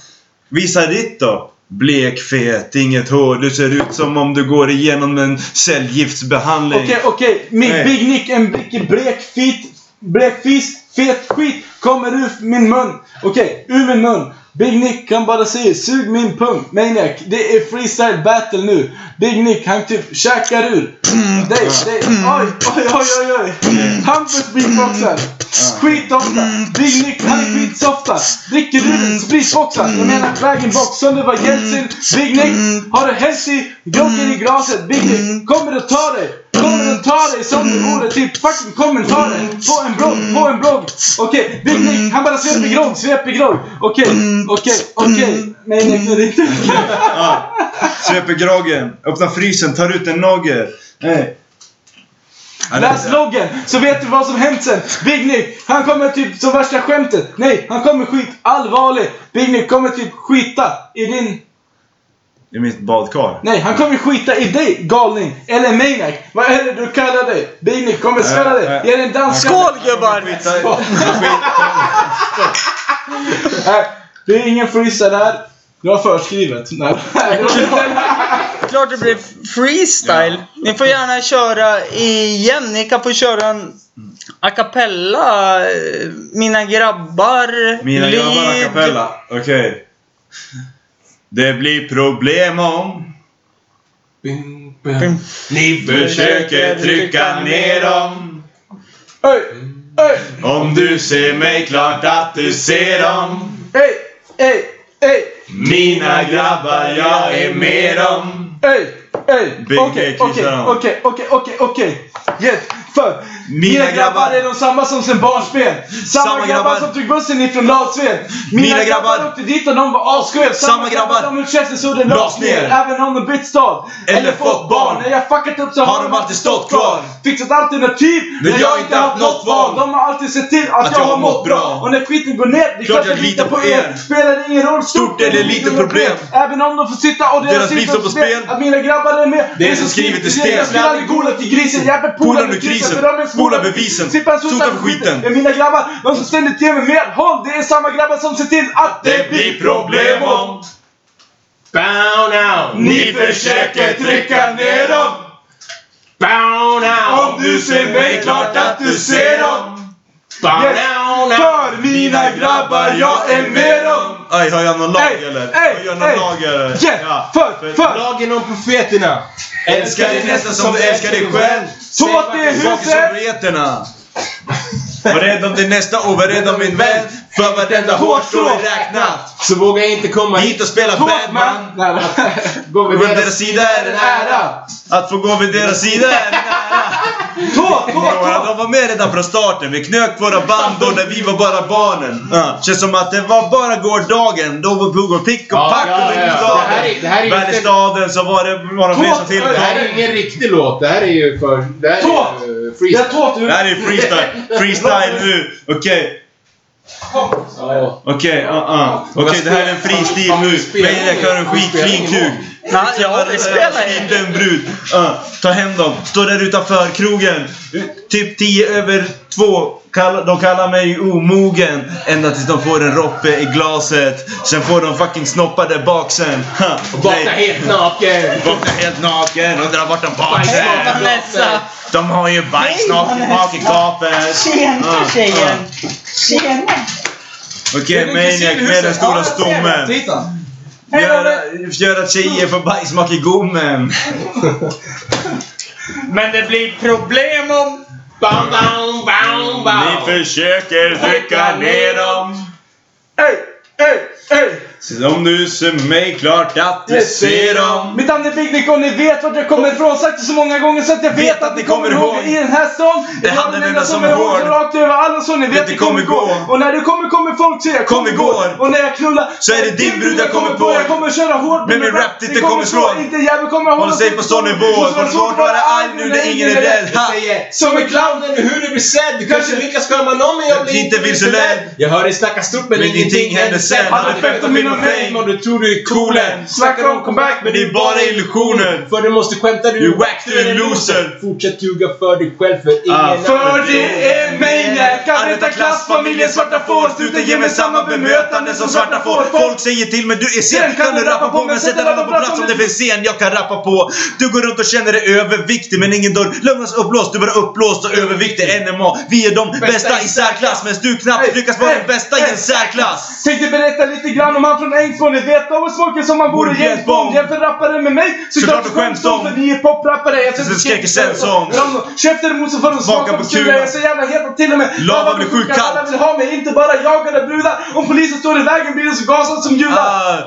Visa ditt då. Blek, fet, inget hår. Du ser ut som om du går igenom en cellgiftsbehandling. Okej, okej. Min Nej. Big Nick, en mycket blek fit, blek fis, fet skit kommer ur min mun. Okej, ur min mun. Big Nick kan bara säga sug min pung. Maniac, det är freestyle battle nu. Big Nick, han typ käkar ur. dig, dig. Oj, oj, oj, oj, oj. Hampus beatboxar. Skitofta. Big Nick, han är skitsofta. Dricker ur den, så beatboxar. Jag menar, vägen box. Som det var Jeltsin. Big Nick, har du hällt i jocken i glaset? Big Nick, kommer du ta dig? Kommer du ta dig som det vore typ fucking kommentarer? På en blogg, på en blogg. Okej, Big Nick, han bara sveper grogg, sveper grogg. Okej, okej, okej. Maniac, nu är det inte Sveper groggen. Öppnar frysen, tar ut en nogger. Nej. Ja, det- Läs loggen så vet du vad som hänt sen. Big Nick, han kommer typ som värsta skämtet. Nej, han kommer skit allvarlig. Big Nick kommer typ skita i din... I mitt badkar. Nej, han kommer skita i dig galning. Eller maniac. Vad är det du kallar dig? Big Nick kommer svära dig. Ge dig en dansk... Skål gubbar! Skita i- Nej, Äh, det är ingen freestyle här. Du har förskrivet. Nej. Klart det blir freestyle. Ni får gärna köra igen. Ni kan få köra en A cappella, eh, Mina grabbar, Mina Lid. grabbar a cappella. Okej. Det blir problem om Bing, Bing. bang. ni försöker trycka ner dem. Hej! Hej! Om du ser mig, klart att du ser dem. Hej! Hej! Hej! Mina grabbar, jag är med dem. Hej! Hej! Bing, Okej, bing, okej, kissar han. okej, okej, okej, okej. Yes! För Mina mina grabbar grabbar är de samma som sen barnsben. Samma, Samma grabbar grabbar. som tog bussen ifrån Lavsved. Mina, Mina grabbar grabbar. åkte dit och de var assköp. Samma grabbar. De höll käften så det lades Lades ner. ner. Även om de bytt stad. Eller fått barn. När jag fuckat upp så Har de alltid stått kvar. Fixat typ. alternativ När jag inte haft något val. De har alltid sett till att, jag har mått bra. Och när skiten går ner, det är klart jag litar på er. Spelar ingen roll, Stort eller litet problem. Även om de får sitta och deras Deras liv liv står på spel. Att mina grabbar är med. Det är som skrivet i sten. Jag skulle aldrig gola till grisen. Jag är Polarn ur krisen. Spola bevisen. Sippa en sota för skiten. Är mina grabbar. De som ständigt ger mig mer håll. Det är samma grabbar som ser till att Det blir problem om Bow now! ni försöker trycka ner dem. Bow now! Om du ser mig, klart att du ser dem. Bow Yes. now! För Mina grabbar, jag är med dem. Aj, har jag någon lag Ey, eller? ey, Har jag någon ey. lag eller? Yeah. För, för. Lagen om profeterna! Älska dig nästan som du älskar dig själv. Så att det är huset. Bakisovjeterna. Var rädd om din nästa och var rädd om min vän. För vartenda hårstrå är räknat. Så vågar jag inte komma hit. Hit och spela Batman. Nej, va? Går Gå vi vid deras deras sida är en ära. Att få gå vid deras sida är en ära. Tå, tå, Några, tå. de var med redan från starten. Vi knöt våra band då när vi var bara barnen. Ja, Känns som att det var bara gårdagen. Då var Bugg och Pick och Ja, Pack ja, och ja, ja. Ringstaden. Det här är- det här är Väl i inte- staden så var det några fler som Tå, Det tillkom. här är ingen riktig låt. Det här är ju för... Det här Tå! är ju eh, Jag freestyle. tåt Det ur. här är freestyle. Freestyle nu. Okej. Ja. Okej, ah, ah. Okej, det här är en fristil nu. Men jag har en skitfin kuk. Nej, ja, vi spelar ju. Liten brud. Ah, ta hem dem. Står där utanför krogen. Typ 10 över 2. Kall- de kallar mig omogen. Ända tills de får en roppe i glaset. Sen får de fucking snoppa där bak sen. Ha, och Vakna helt naken! Vakna helt naken. Undrar vart de Bajs. baksen. Vanessa! De har ju bajsnakenmak i gapet. Tjena Ah, tjejen! Tjena! Okej, Maniac med den stora stommen. Titta. Göra, göra att tjejer får bajsmak i gommen. Men det blir problem om... Bam, bam, bam, bam! Ni försöker trycka ner dem. Ey, ey, ey. Om du ser mig, klart att du ser dem. Mitt namn är Big Nick och ni vet vart jag kommer ifrån. Sagt det så många gånger så att jag vet, att ni kommer ihåg i den här stan. Det handen är den enda som är är hård. hård. Rakt över alla så ni vet det kommer gå. Och när du kommer kommer folk se jag Kom igår. Och när jag knullar Så är det din brud jag kommer på. Jag kommer köra hårt Men min rap Det inte kommer slå. Inte jävel kommer hålla Håll sig på sån nivå. Och så är Går det svårt att vara arg nu när ingen är rädd? Ha! Som en clown eller hur? Du kanske lyckas skärma någon men jag blir Inte vilseledd. Jag hör dig snacka stort men Men ingenting händer sen. Hade 15 min och fame och fame. du tror du är cool än. Snackar om comeback Men det är bara illusioner. För du måste skämta du You whack, du är en loser. Fortsätt ljuga för dig själv för ingen Ah. annan. För det är Maniac, arbetarklass, familjen, svarta får. Snuten ger mig samma bemötande som svarta får. Folk säger till mig du är sen. Kan du rappa på men sätt en annan på plats om det finns scen jag kan rappa på. Du går runt och känner dig överviktig men ingen dörr lämnas uppblåst. Du är uppblåst och överviktig. NMA, vi är de bästa i särklass. Men du knappt lyckas vara den bästa i en särklass. Tänkte berätta lite grann om han från Ängsborn. Ni vet Owen Smoker som han vore Vore Jensbond. Jensbond. Jämför rappare med mig. Såklart du skäms om. För ni är poprappare. Jag Så skräcker Svensson. Käften emot så får de smaka på på kulan. kulan. Jag är så jävla het att till och med Lava alla blir sjuka, sjukkallt. Alla vill ha mig, inte bara jag eller brudar. Om polisen står i vägen blir det så gasad som judar. Ah.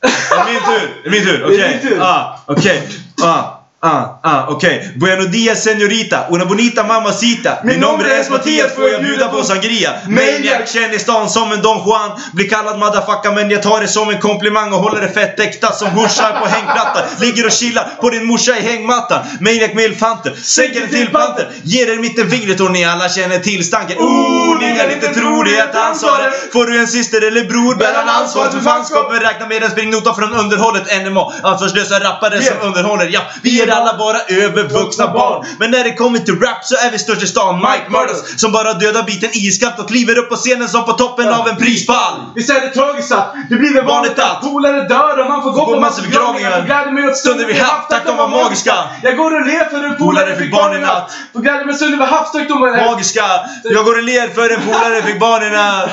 Det är min tur! Det är min tur, Det är okej. din tur. Ah, okej. Ah, ah, ah, okej. Bueno dias señorita, una bonita mamacita. Min Min nombre nombre es es Mattias, får jag bjuda på sangria? Maniac, känd i stan som en Don Juan. Blir kallad motherfucker men jag tar det som en komplimang och håller det fett äkta som horsar på hängplattan. Ligger och chillar på din morsa i hängmattan. Maniac med elefanter, sänker den till panter. Ger den mittenfingret och ni alla känner till stanken. Oh, ni kan inte tro det, jag dansar det. Får du en syster eller bror bär han ansvaret för fanskapet. Räkna med en springnota från underhållet NMA. Ansvarslösa rappare som underhåller. Ja, vi är är alla våra övervuxna barn. Men när det kommer till rap så är vi störst i stan. Mike Murders som bara dödar biten iskallt och kliver upp på scenen som på toppen av en prispall. Visst är det tragiskt att det blir väl vanligt att polare dör och man får gå på massa begravningar. Får glädje mig åt stunder vi haft, tack de var magiska. Jag går och ler för en polare fick barn i natt. Får glädje mig åt stunder vi haft, tack de var Magiska. Jag går och ler för en polare fick barn i natt.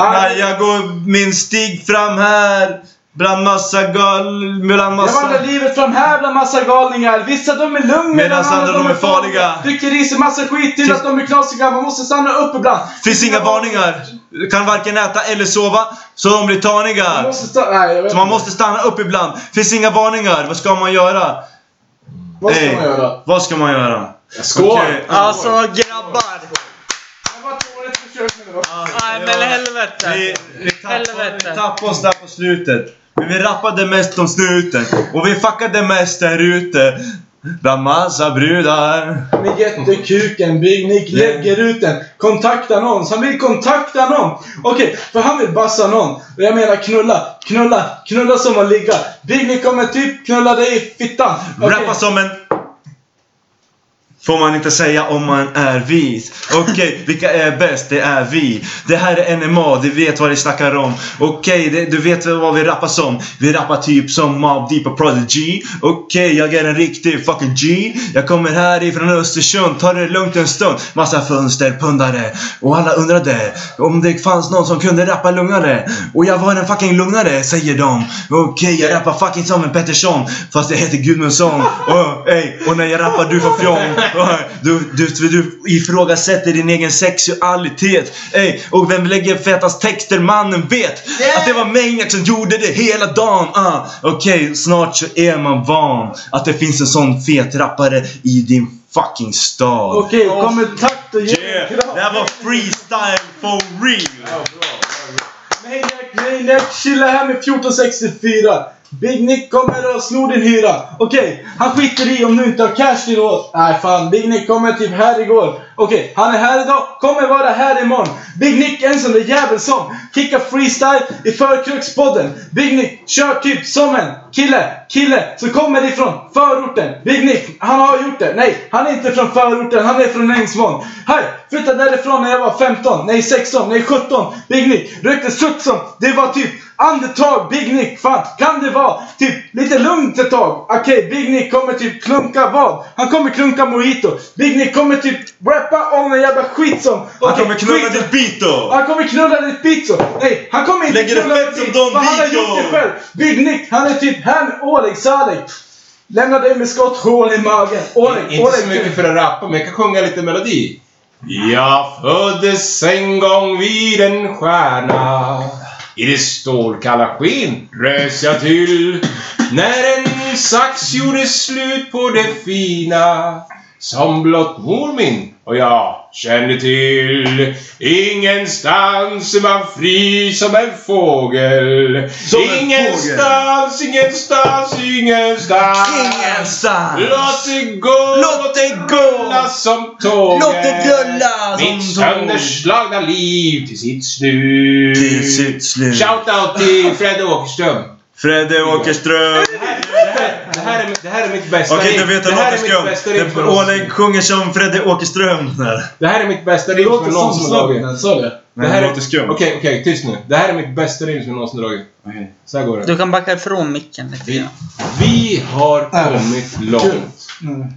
När jag går min stig fram här. Bland massa gal... Bland Jag massa... vandrar livet fram här bland massa galningar. Vissa de är lugn Medans andra de är farliga. Dricker i sig massa skit till att de är knasiga. Man måste stanna upp ibland. Finns inga varningar. Kan varken äta eller sova. Så de blir Man taniga. måste stanna... Nej, jag vet Så man inte. måste stanna upp ibland. Finns inga varningar. Vad ska man göra? Vad ska Ey, man göra? Vad ska man göra? Skål! Okej, Alltså grabbar! Det var ett dåligt försök men det var... Nej men helvete. Vi, vi, tappade, vi Helvete. tappade oss där på slutet. Men vi rappade mest om snuten. Och vi fuckade mest där ute. Bland massa brudar. Ni jätte kuken, bygg, ni lägger ut den. Kontakta någon. Han vill kontakta någon. Okej, för han vill bassa någon. Och jag menar knulla, knulla, knulla som att ligga. Big, ni kommer typ knulla dig i fittan. Okej. Rappa som en... Får man inte säga om man är vit. Okej, vilka är bäst? Det är vi. Det här är NMA, du vet vad det snackar om. Okej, det- du vet väl vad vi rappar som. Vi rappar typ som Mob Deep och Prodigy. Okej, jag är en riktig fucking G. Jag kommer härifrån Östersund, ta det lugnt en stund. Massa fönsterpundare. Och alla undrade om det fanns någon som kunde rappa lugnare. Och jag var en fucking lugnare, säger de. Okej, jag rappar fucking som en Pettersson. Fast jag heter Gudmundsson. Och, ey, och när jag rappar du får fjong. Åh, Du, du, du ifrågasätter din egen sexualitet. Ey, och vem lägger fetast texter? Mannen vet att det var Maniac som gjorde det hela dagen. Ah, Okej, snart så är man van att det finns en sån fet rappare i din fucking stad. Okej, kom med takt och ge Yeah. Det här var freestyle for real. Maniac, Maniac, chilla här med 1464. Big Nick kommer och snor din hyra. Okej, han skiter i om du inte har cash till oss. Nej fan, Big Nick kommer typ här igår. Okej, han är här idag, kommer vara här imorgon. Big Nick är en sån där jävel som kickar freestyle i förkrökspodden. Big Nick kör typ som en kille, kille som kommer ifrån förorten. Big Nick, han har gjort det. Nej, han är inte från förorten, han är från Ängsmån. Hej, flyttade därifrån när jag var 15, nej 16, nej 17. Big Nick, rökte Sutsson. Det var typ andetag, Big Nick. Fan, kan det vara typ lite lugnt ett tag? Okej, Big Nick kommer typ klunka vad? Han kommer klunka mojito. Big Nick kommer typ rappa om en jävla skit som... Han Okej, kommer knulla skit- ditt beat då. han kommer knulla ditt pizzo! Nej, han kommer inte Lägger det knulla fett ditt som Don för Han har Vito. gjort det själv! Big Nick, han är typ han, Oleg Sadek. Lämna dig med skotthål i magen. Oleg, Inte så mycket för att rappa, men jag kan sjunga lite melodi. Jag föddes en gång vid en stjärna I det stålkalla sken rös jag till När en sax gjorde slut på det fina Som blott mor min och jag kände till Ingenstans är man fri som en fågel Som en fågel. Ingenstans, ingenstans, ingenstans Ingenstans. Låt det gå! Låt det gå! gulla som tåget! Låt det gulla som Mitt tåg. sönderslagna liv till sitt slut! Till sitt slut. Shoutout till Fredde Åkerström! Fredde Åkerström. Det här är, det här är mitt bästa Okej, du rim. vet en Det här är låt är mitt skum. bästa rim Det- för oss. Oleg sjunger som Fredde Åkerström. Där. Det här är mitt bästa rim som jag någonsin har dragit. Sa du? Det här det är- låter skumt. Okej, okej, tyst nu. Det här är mitt bästa rim som jag någonsin har dragit. Okej. Så här går det. Du kan backa ifrån micken lite grann. Vi har Äh. kommit Kul. Mm. långt.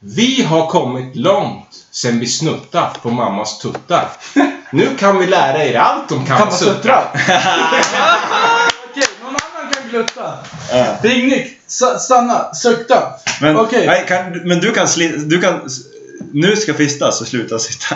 Vi har kommit långt sen vi snuttat på mammas tuttar. Nu kan vi lära er allt om Kammasuttra. kammasuttra. Okej, någon annan kan glutta. Big Nick, sa- stanna, sukta. Men, Okej. nej, kan, men du kan sli, Du kan... s- Nu ska fista så sluta sitta.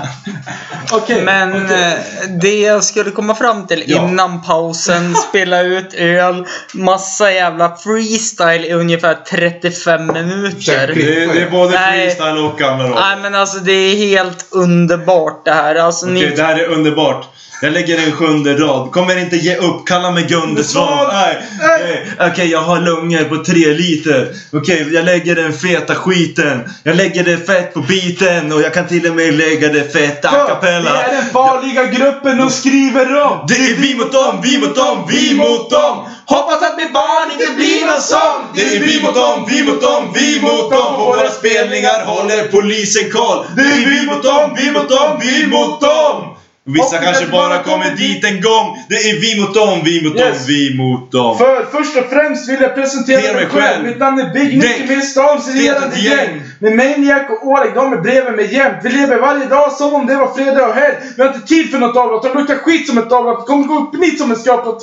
Okej, Men okej. eh, det jag skulle komma fram till innan pausen, spela ut öl, massa jävla freestyle i ungefär 35 minuter. Ursäkta. Det, är- det är både Nej. freestyle och gamla rock. Nej men alltså det är helt underbart det här. Alltså, Okej, ni... det här är underbart. Jag lägger en sjunde rad. Kommer inte ge upp. Kalla mig Gunde Svan. Nej. nej. Okej, jag har lungor på tre liter. Okej, jag lägger den feta skiten. Jag lägger det fett på biten. den och jag kan till och med lägga det fett a cappella. är den farliga gruppen, de skriver om! Det är vi mot dem, vi mot dem, vi mot dem! Hoppas att mitt barn inte blir någon sån! Det är vi mot dem, vi mot dem, vi mot dem! På våra spelningar håller polisen koll! Det är vi mot dem, vi mot dem, vi mot dem! Vissa kanske bara kommer dit en gång. Det är vi mot dem, vi mot dem, Yes. vi mot dem. För först och främst vill jag Det är presentera mig mig själv. själv. Mitt namn är Big Dick. Nicky, min stans regerande Stetet gäng. gäng. Med Maniac och Oleg, de är bredvid mig jämt. Vi lever varje dag som om det var fredag och helg. Vi har inte tid för något avbrott, de luktar skit som ett avbrott. Kommer gå upp nytt som en skrapat...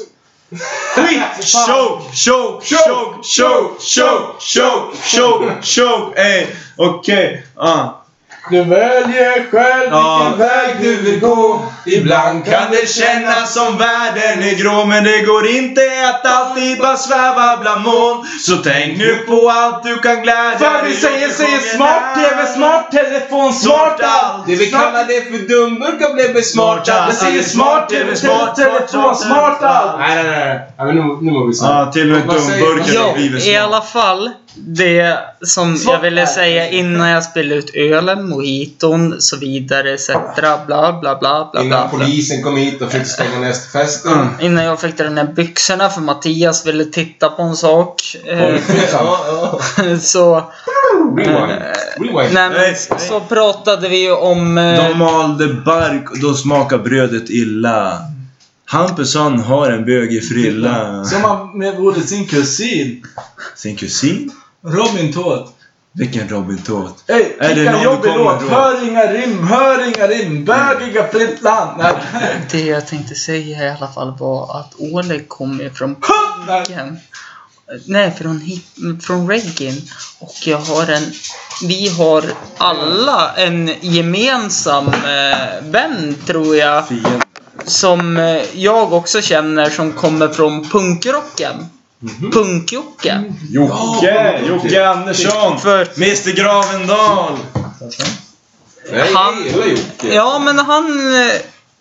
Skit! Choke, choke, choke, choke, choke, choke, choke, choke, ey! Okej, ah. Du väljer själv Ja. vilken väg du vill gå. Ibland kan det kännas som världen är grå men det går inte att alltid bara sväva bland moln. Så tänk nu på allt du kan glädja För vi säger, säger smart TV, smart telefon, smart smart allt. allt. Det vi kallar det för dumburkar blev besmartat. Smarta. Vi säger smart TV, smart telefon, smart allt. Nej, nej, nej. nej men nu, nu var vi så här. Ja, till och med Vad säger- dumburken har Jo, blivit i smart. alla fall. Det som jag ville säga innan jag spillde ut ölen, mojiton, så vidare etc. Bla, bla, bla, bla, bla, Innan bla. polisen kom hit och försökte stänga nästfesten. Innan jag fick den där byxorna för Mattias ville titta på en sak. Eh, så, Rewind. Rewind. nej, men, Nej, nej. så pratade vi ju om... eh, De malde bark och då smakar brödet illa. Hampusson har en bögig frilla. Som han med ordet sin kusin, Sin kusin? Robin Tåth. Vilken Robin Tåt. Ey, Är det kicka någon du jobbig kommer låt. då? Hör inga rim, hör inga rim. Bögiga fritt land. Nej. Det jag tänkte säga i alla fall var att Oleg kom ju från Nej. punken. Nej, från, hip- från reggae. Och jag har en... Vi har alla en gemensam eh, vän, tror jag. Som eh, jag också känner som kommer från punkrocken. Mhm. Punk-Jocke. Jocke! Jocke Andersson! För Mr Gravendal! Nej, han- hela Jocke. Ja, men han... eh,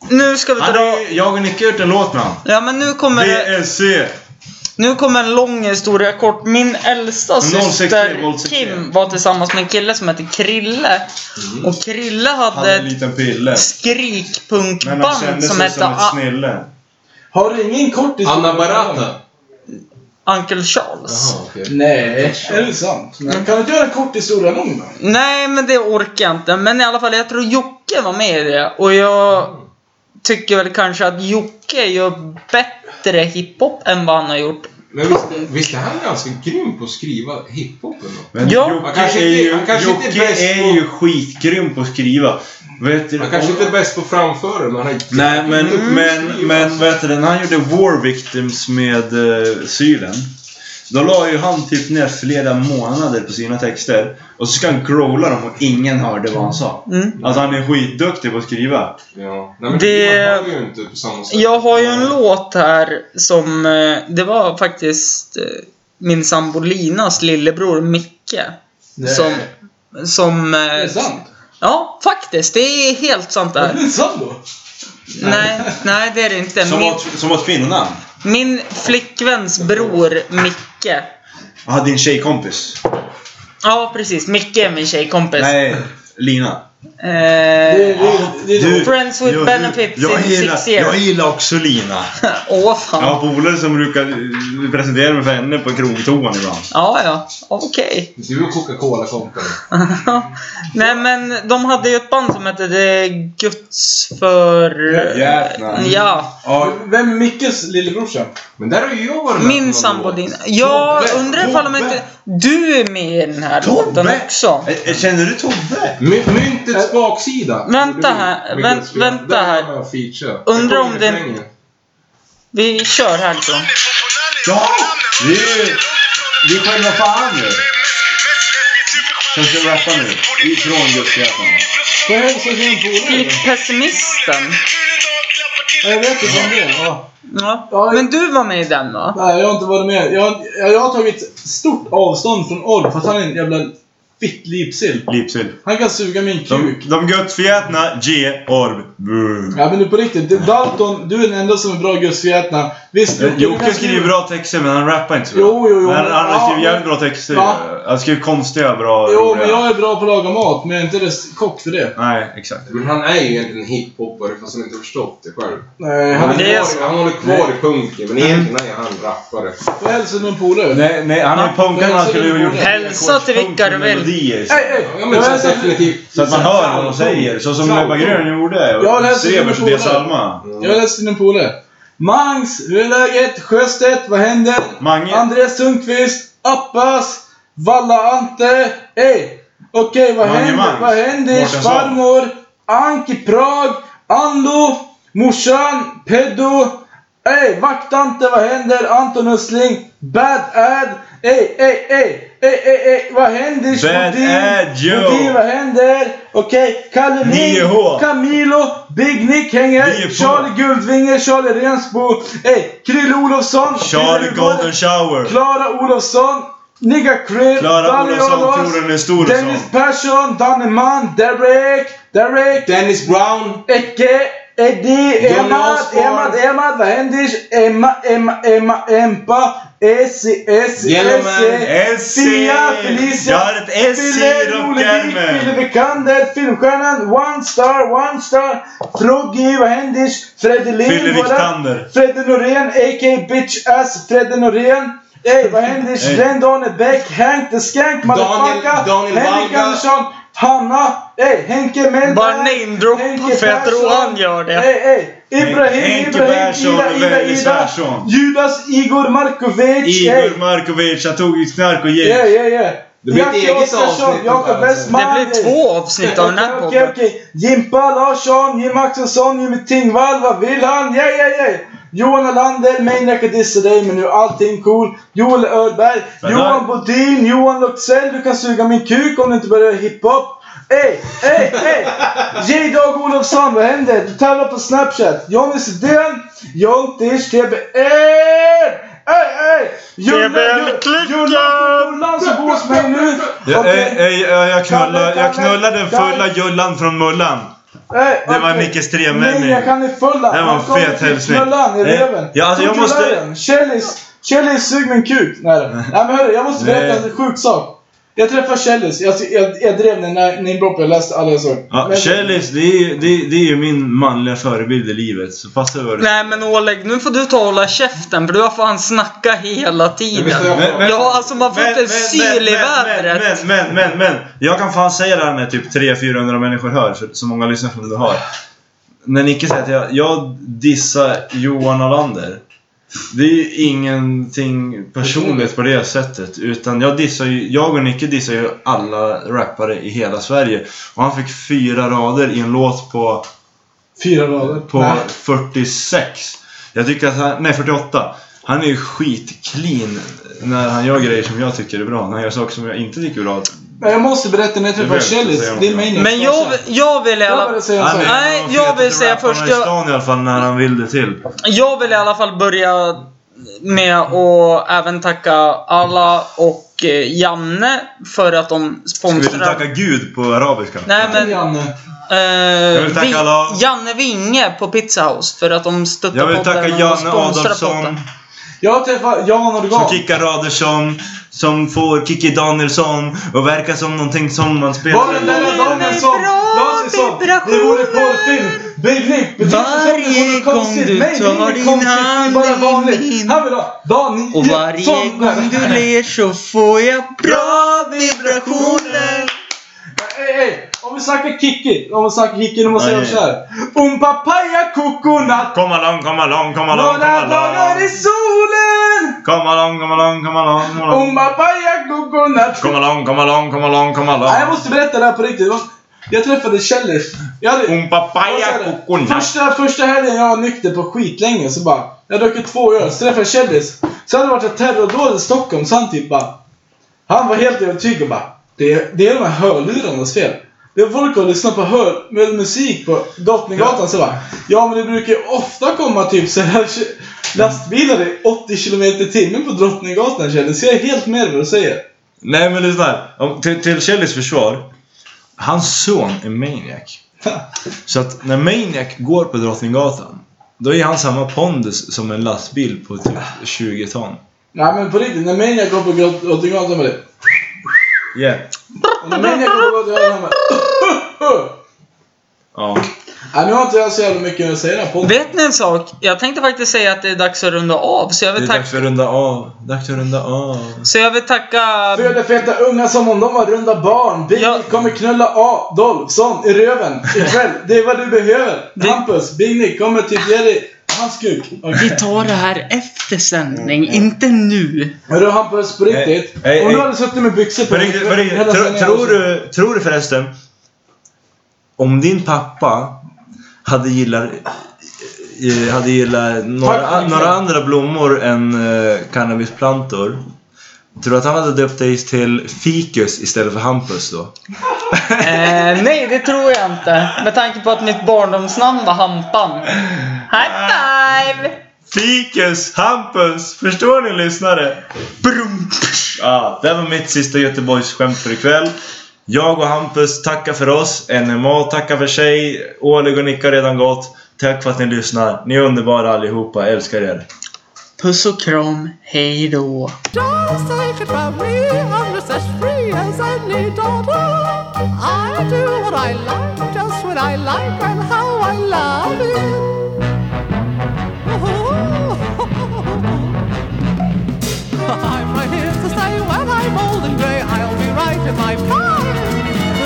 Nu ska vi Han dra... är, jag och Nicke har gjort en låt med honom. Ja, men nu kommer det... VSC! Nu kommer en lång historia kort. Min äldsta 063, syster 063. Kim var tillsammans med en kille som hette Krille. Mm. Och Krille Han är en hade ett liten pille. Men han kände skrikpunkband som sig hette som en A- snille. Har du ingen kortis? Anna Barata. Uncle Charles. Jaha, okej. Nej. Är det sant? Nej. Kan du inte göra en kort historia lång då? Nej, men det orkar jag inte. Men i alla fall, jag tror Jocke var med i det. Och jag tycker väl kanske att Jocke gör bättre hiphop än vad han har gjort. Men visst, visst är han ganska grym på att skriva hiphopen då? Men Ja. Jocke Han kanske är inte- ju, han kanske inte är Jocke bäst är på- ju skitgrym på att skriva. Vet du, Han kanske inte är bäst på att framföra men han är Nej men, Mm. men, men vet du, när han gjorde War Victims med eh, Sylen. Då la ju han typ ner flera månader på sina texter. Och så ska han growla dem och ingen hörde vad han sa. Mm. Alltså han är skitduktig på att skriva. Ja. Nej, men Det- det... Man hör ju inte på samma sätt. Jag har ju en låt här som, eh, det var faktiskt eh, min sambo Linas lillebror Micke. Som, som... eh, Är det sant? Ja, faktiskt. Det är helt sant det Är här. det sant då? nej, nej det är det inte. Som Min, åt, som åt kvinnan. min flickväns bror Micke. Ah, din tjejkompis. Ja, precis. Micke är min tjejkompis. Nej, Lina. Det, Eh, det, det, det, Friends with benefits jag, in gillar, six years. jag gillar också Lina. Åh fan. Jag Ja, har polare som brukar eh, presentera mig för henne på krogtoan ibland. ja. Okej. Du och Coca-Cola kompani. Nej men de hade ju ett band som hette The Guts för... Jävlar. Ja. Vem är Mickes lillebrorsa? Men där har ju jag varit med på någon Min sambo låt. din. Jag Tobbe, undrar ifall om Tobbe. inte du är med i den här låten Tobbe! också. Eh, eh, Känner du Tobbe? My, myntets baksida. Vänta Det blir här, mycket vänt- spel. vänta Där här. har jag feature. Undrar Jag om kommer det- refrängen. Vi kör liksom. härifrån. Ja! Det är ju... Det är själva fan ju. Som ska rappa nu. Ifrån just Jätan. Får jag hälsa till en polare? Pessimisten. Ja, Jag vet inte om det. Ja. Ja. Men du var med i den va? Nej, jag har inte varit med. Jag, har- jag, jag har tagit stort avstånd från Odd för att han är en jävla fitt lipsill. Lipsyl. Han kan suga min De, kuk. de gudsfjätna, G, Orb, Brr. Ja men nu på riktigt. Du- Dalton, du är den enda som är bra gudsfjätna. Visst, Eh, du kan Jocke skriva- skriver bra texter men han rappar inte så bra. Jo, jo, jo. Men han, han Ja, skriver jävligt men- bra texter. Ja, Jag skriver konstiga bra Jo, roliga. men jag är bra på att laga mat, men jag är inte rest- kock för det. Nej, exakt. Men han är ju egentligen hiphopare fast han inte har förstått det själv. Nej, Han, han är det är Mm. kvar, han håller kvar i punken, men egentligen är han rappare. får hälsa med en polare. Nej, nej han är punkare när han skulle ha gjort Hälsa till vilka du vill. melodier. Ja, men så är det definitivt. Så att man hör vad de säger. Så som Ebba Grön gjorde. Jag har läst Och Sebers recensioner. och Salma. Jag har läst till en polare. Mangs, hur är läget? Sjöstedt, vad händer? Mange. Andreas Sundqvist, Appas, Valla-Ante, ey! Okej, vad Mange händer? Mangs. Vad händer? Mårtensson. Farmor, Anki Prag, Anlo, morsan, Peddo, ey! Vaktante, vad händer? Anton Östling, Bad Ad, ey, ey, ej! Ey, ey, ey, vad händer? Bad Skodin? Ad, yo. Skodin, vad händer? Okej, Kalle Mink, 9H. Camilo, Big Nick hänger, Vi är på. Charlie Guldvinge, Charlie Rensbo, ey! Krille Olofsson, Charlie Krille Olofsson, Golden Shower. Klara Olofsson, Nigga Krill, Klara Danny Olofsson Olos, tror den är stor som. Dennis Persson, Danne Mann, Derek, Derek, Dennis Brown. Ecke, Eddie, Johnny Emad, Osborne. Emad, Emad, vad händer? Emma, Emma, Emma, Empa, Essi, Essi, Yellowman, Essi, Essie! Sia, Felicia, Jag har ett S i Fille, Rolig, Fille rockärmen. Vikander, Filmstjärnan, One Star, One Star, Froggy, vad händer? Fredde Lind, Fille våra- Viktander. Fredde Norén, a.k.a. Bitch Ass Fredde Norén. Ey, vad händer? Ey. Glenn-Dane Bäck, Hank the Skank, motherfucker, Daniel Henrik Valga. Andersson, Hanna, ey, Henke Mellberg. Bara namedroppa för jag tror han gör det. Ey, ey. Ibrahim, Henke Ibrahim, Persson Ida, och Ida, Vellis Ida. Persson. Judas Igor Markovic. ey. Igor Markovic, han tog ju knark och Yeah, gick. yeah, yeah. Det blir ett Jackie eget Oskarsson, avsnitt Jakob där, alltså. Westman. Det blir två avsnitt av den här Okej, okej, podden. okej. Jimpa Larsson, Jim Axelsson, Jimmy Tingvall, vad vill han? Yeah, yeah, yeah. Johan Alander, Maniac och dissar dig, men nu är allting cool. Joel Örberg, Men Johan här- Bodin, Johan Luxell, du kan suga min kuk om du inte börjar hiphop. Ey, ey, ey! J-Dag Olofsson, vad händer? Du tävlar på Snapchat. Johnny Sidén, Jontis, TBN! Ey, ey! TBN klickar! Jullan som bor hos mig nu. Jag, Okej. jag, jag, eh, jag, knullar, jag Kalle, knullar den Kalle. fulla Jullan från Mullan. Ey, Det var okej. Micke Stremvänning. Nej, jag kan i fulla. Det var en fet hälsning. Knullan i Nej. röven. Ja, alltså, jag måste- Kukularen. Kjellis. Kjellis, sug min kuk. Nej, då. Nej men hörru, jag måste berätta Nej. en sjuk sak. Jag träffade Kjellis. Jag, jag, jag drev den när ni droppade. Jag läste alla jag såg. Ja, Men- Kjellis, det är, ju- det, är- det är ju min manliga förebild i livet. Så passa över. Nej men Oleg, nu får du ta och hålla käften för du har fan snacka hela tiden. Men- men- Ja, alltså man får Men, inte men, syl i men, vädret. men, men, men, men. Jag kan fan säga det här med typ 300-400 människor hör, för så många lyssnare som du har. När Nicke säger att jag, jag dissar Johan Alander. Det är ju ingenting personligt på det sättet. Utan jag dissar ju, jag och Nicke dissar ju alla rappare i hela Sverige. Och han fick fyra rader i en låt på, Fyra rader. på Nej. 46. Jag tycker att han, nej 48. Han är ju skitclean när han gör grejer som jag tycker är bra. När han gör saker som jag inte tycker är bra. Men jag måste berätta när jag träffade vet, Kjellis. säger Det är hon. Maniac. Men jag, jag vill i Jag alla bara säger en Han sak. är en av de Nej, jag vill fetaste säga rapparna först, i jag- stan i alla fall när han vill det till. Jag vill i alla fall börja med att även tacka alla och eh, Janne för att de Ska vi inte sponsrar. tacka Gud på arabiska? Nej men, Janne. eh, vill tacka Vi- alla. Janne Winge på Pizza House för att de stöttar Jag vill podden tacka och Janne sponsrar Adolfsson, podden. Jag träffade Jan som Organ. kickar Radersson, som får Kiki Danielsson och verkar som någonting som man Var spelar den där damen som la sig som det vore porrfilm? Big Nick beter sig som det vore Varje gång konstigt. du Nej, det är tar inget din konstigt. Det är hand bara i vanligt. min. Han vill ha Daniel Och varje Sån där. gång du ler så får jag bra vibrationer. Ey, ey, om vi snackar Kikki. Om vi snackar Kikki, då måste jag göra Nej. såhär. Um papaya coconut. Kom along, kom along, kom along, kom Några dagar i along. solen. Kom along, kom along, kom along, kom Um along. papaya coconut. Kom along, kom along, kom along, kom Nej, Jag along. måste berätta det här på riktigt. Jag träffade Kjellis. Jag hade... Um Jag papaya säger det. coconut. Första, första helgen jag var nykter på skitlänge så bara, jag drack två öl, så träffade jag Kjellis. Så hade det varit ett terrordåd i Stockholm så han typ bara, han var helt övertygad bara, det, det är de här hörlurarnas fel. Det är folk som lyssnar på hör, med musik på Drottninggatan så bara, ja men det brukar ju ofta komma typ så här tj- lastbilar i 80 km i timmen på Drottninggatan Kjellis. Jag är helt med vad du säger. Nej men lyssna här. Om- Till, till Kjellis försvar. Hans son är maniac. Så att när Maniac går på Drottninggatan. Då är han samma pondus som en lastbil på typ 20 ton. Nej men på riktigt, när Maniac går på Drottninggatan med det. Yeah. Men jag kommer ihåg att jag hade den här Ja. Nej, nu har inte jag så jävla mycket att säga i den här podden. Vet ni en sak? Jag tänkte faktiskt säga att det är dags att runda av, så jag Det är vill, tack- dags för att runda av. Dags för att runda av. så jag vill tacka... Föder feta unga som om de var runda barn. Biggie Ja. kommer knulla Adolfsson i röven ikväll. Det är vad du behöver. Det- Hampus, Big Nick kommer typ ge dig hans kuk. Vi Okej. tar det här efter sändning, Mm. inte nu. Hörru Hampus, på Nej. riktigt. Nej, om du nej. hade suttit med byxor på På riktigt, på riktigt. hela Tro, sändningen- tror, du, tror du förresten, om din pappa hade gillat eh, hade gillat några, Tack, Mikael. några andra blommor än eh, cannabisplantor. Tror du att han hade döpt dig till Fikus istället för Hampus då? Eh, nej, det tror jag inte. Med tanke på att mitt barndomsnamn var Hampan. High five! Fikus, Hampus, förstår ni lyssnare? Brum. Ja, det var mitt sista Göteborgsskämt för ikväll. Jag och Hampus tackar för oss. NMA tackar för sig. Oleg och Nick har redan gått. Tack för att ni lyssnar. Ni är underbara allihopa. Älskar er. Puss och kram, hej då. Just take it from me, I'm just as free as any daughter. I do what I like, just when I like, and how I love it. I'm right here to stay when I'm old and grey. I'll be right in my prime,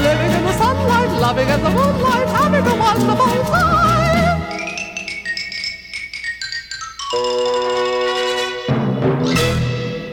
living in the sunlight, loving in the moonlight, having a wonderful time.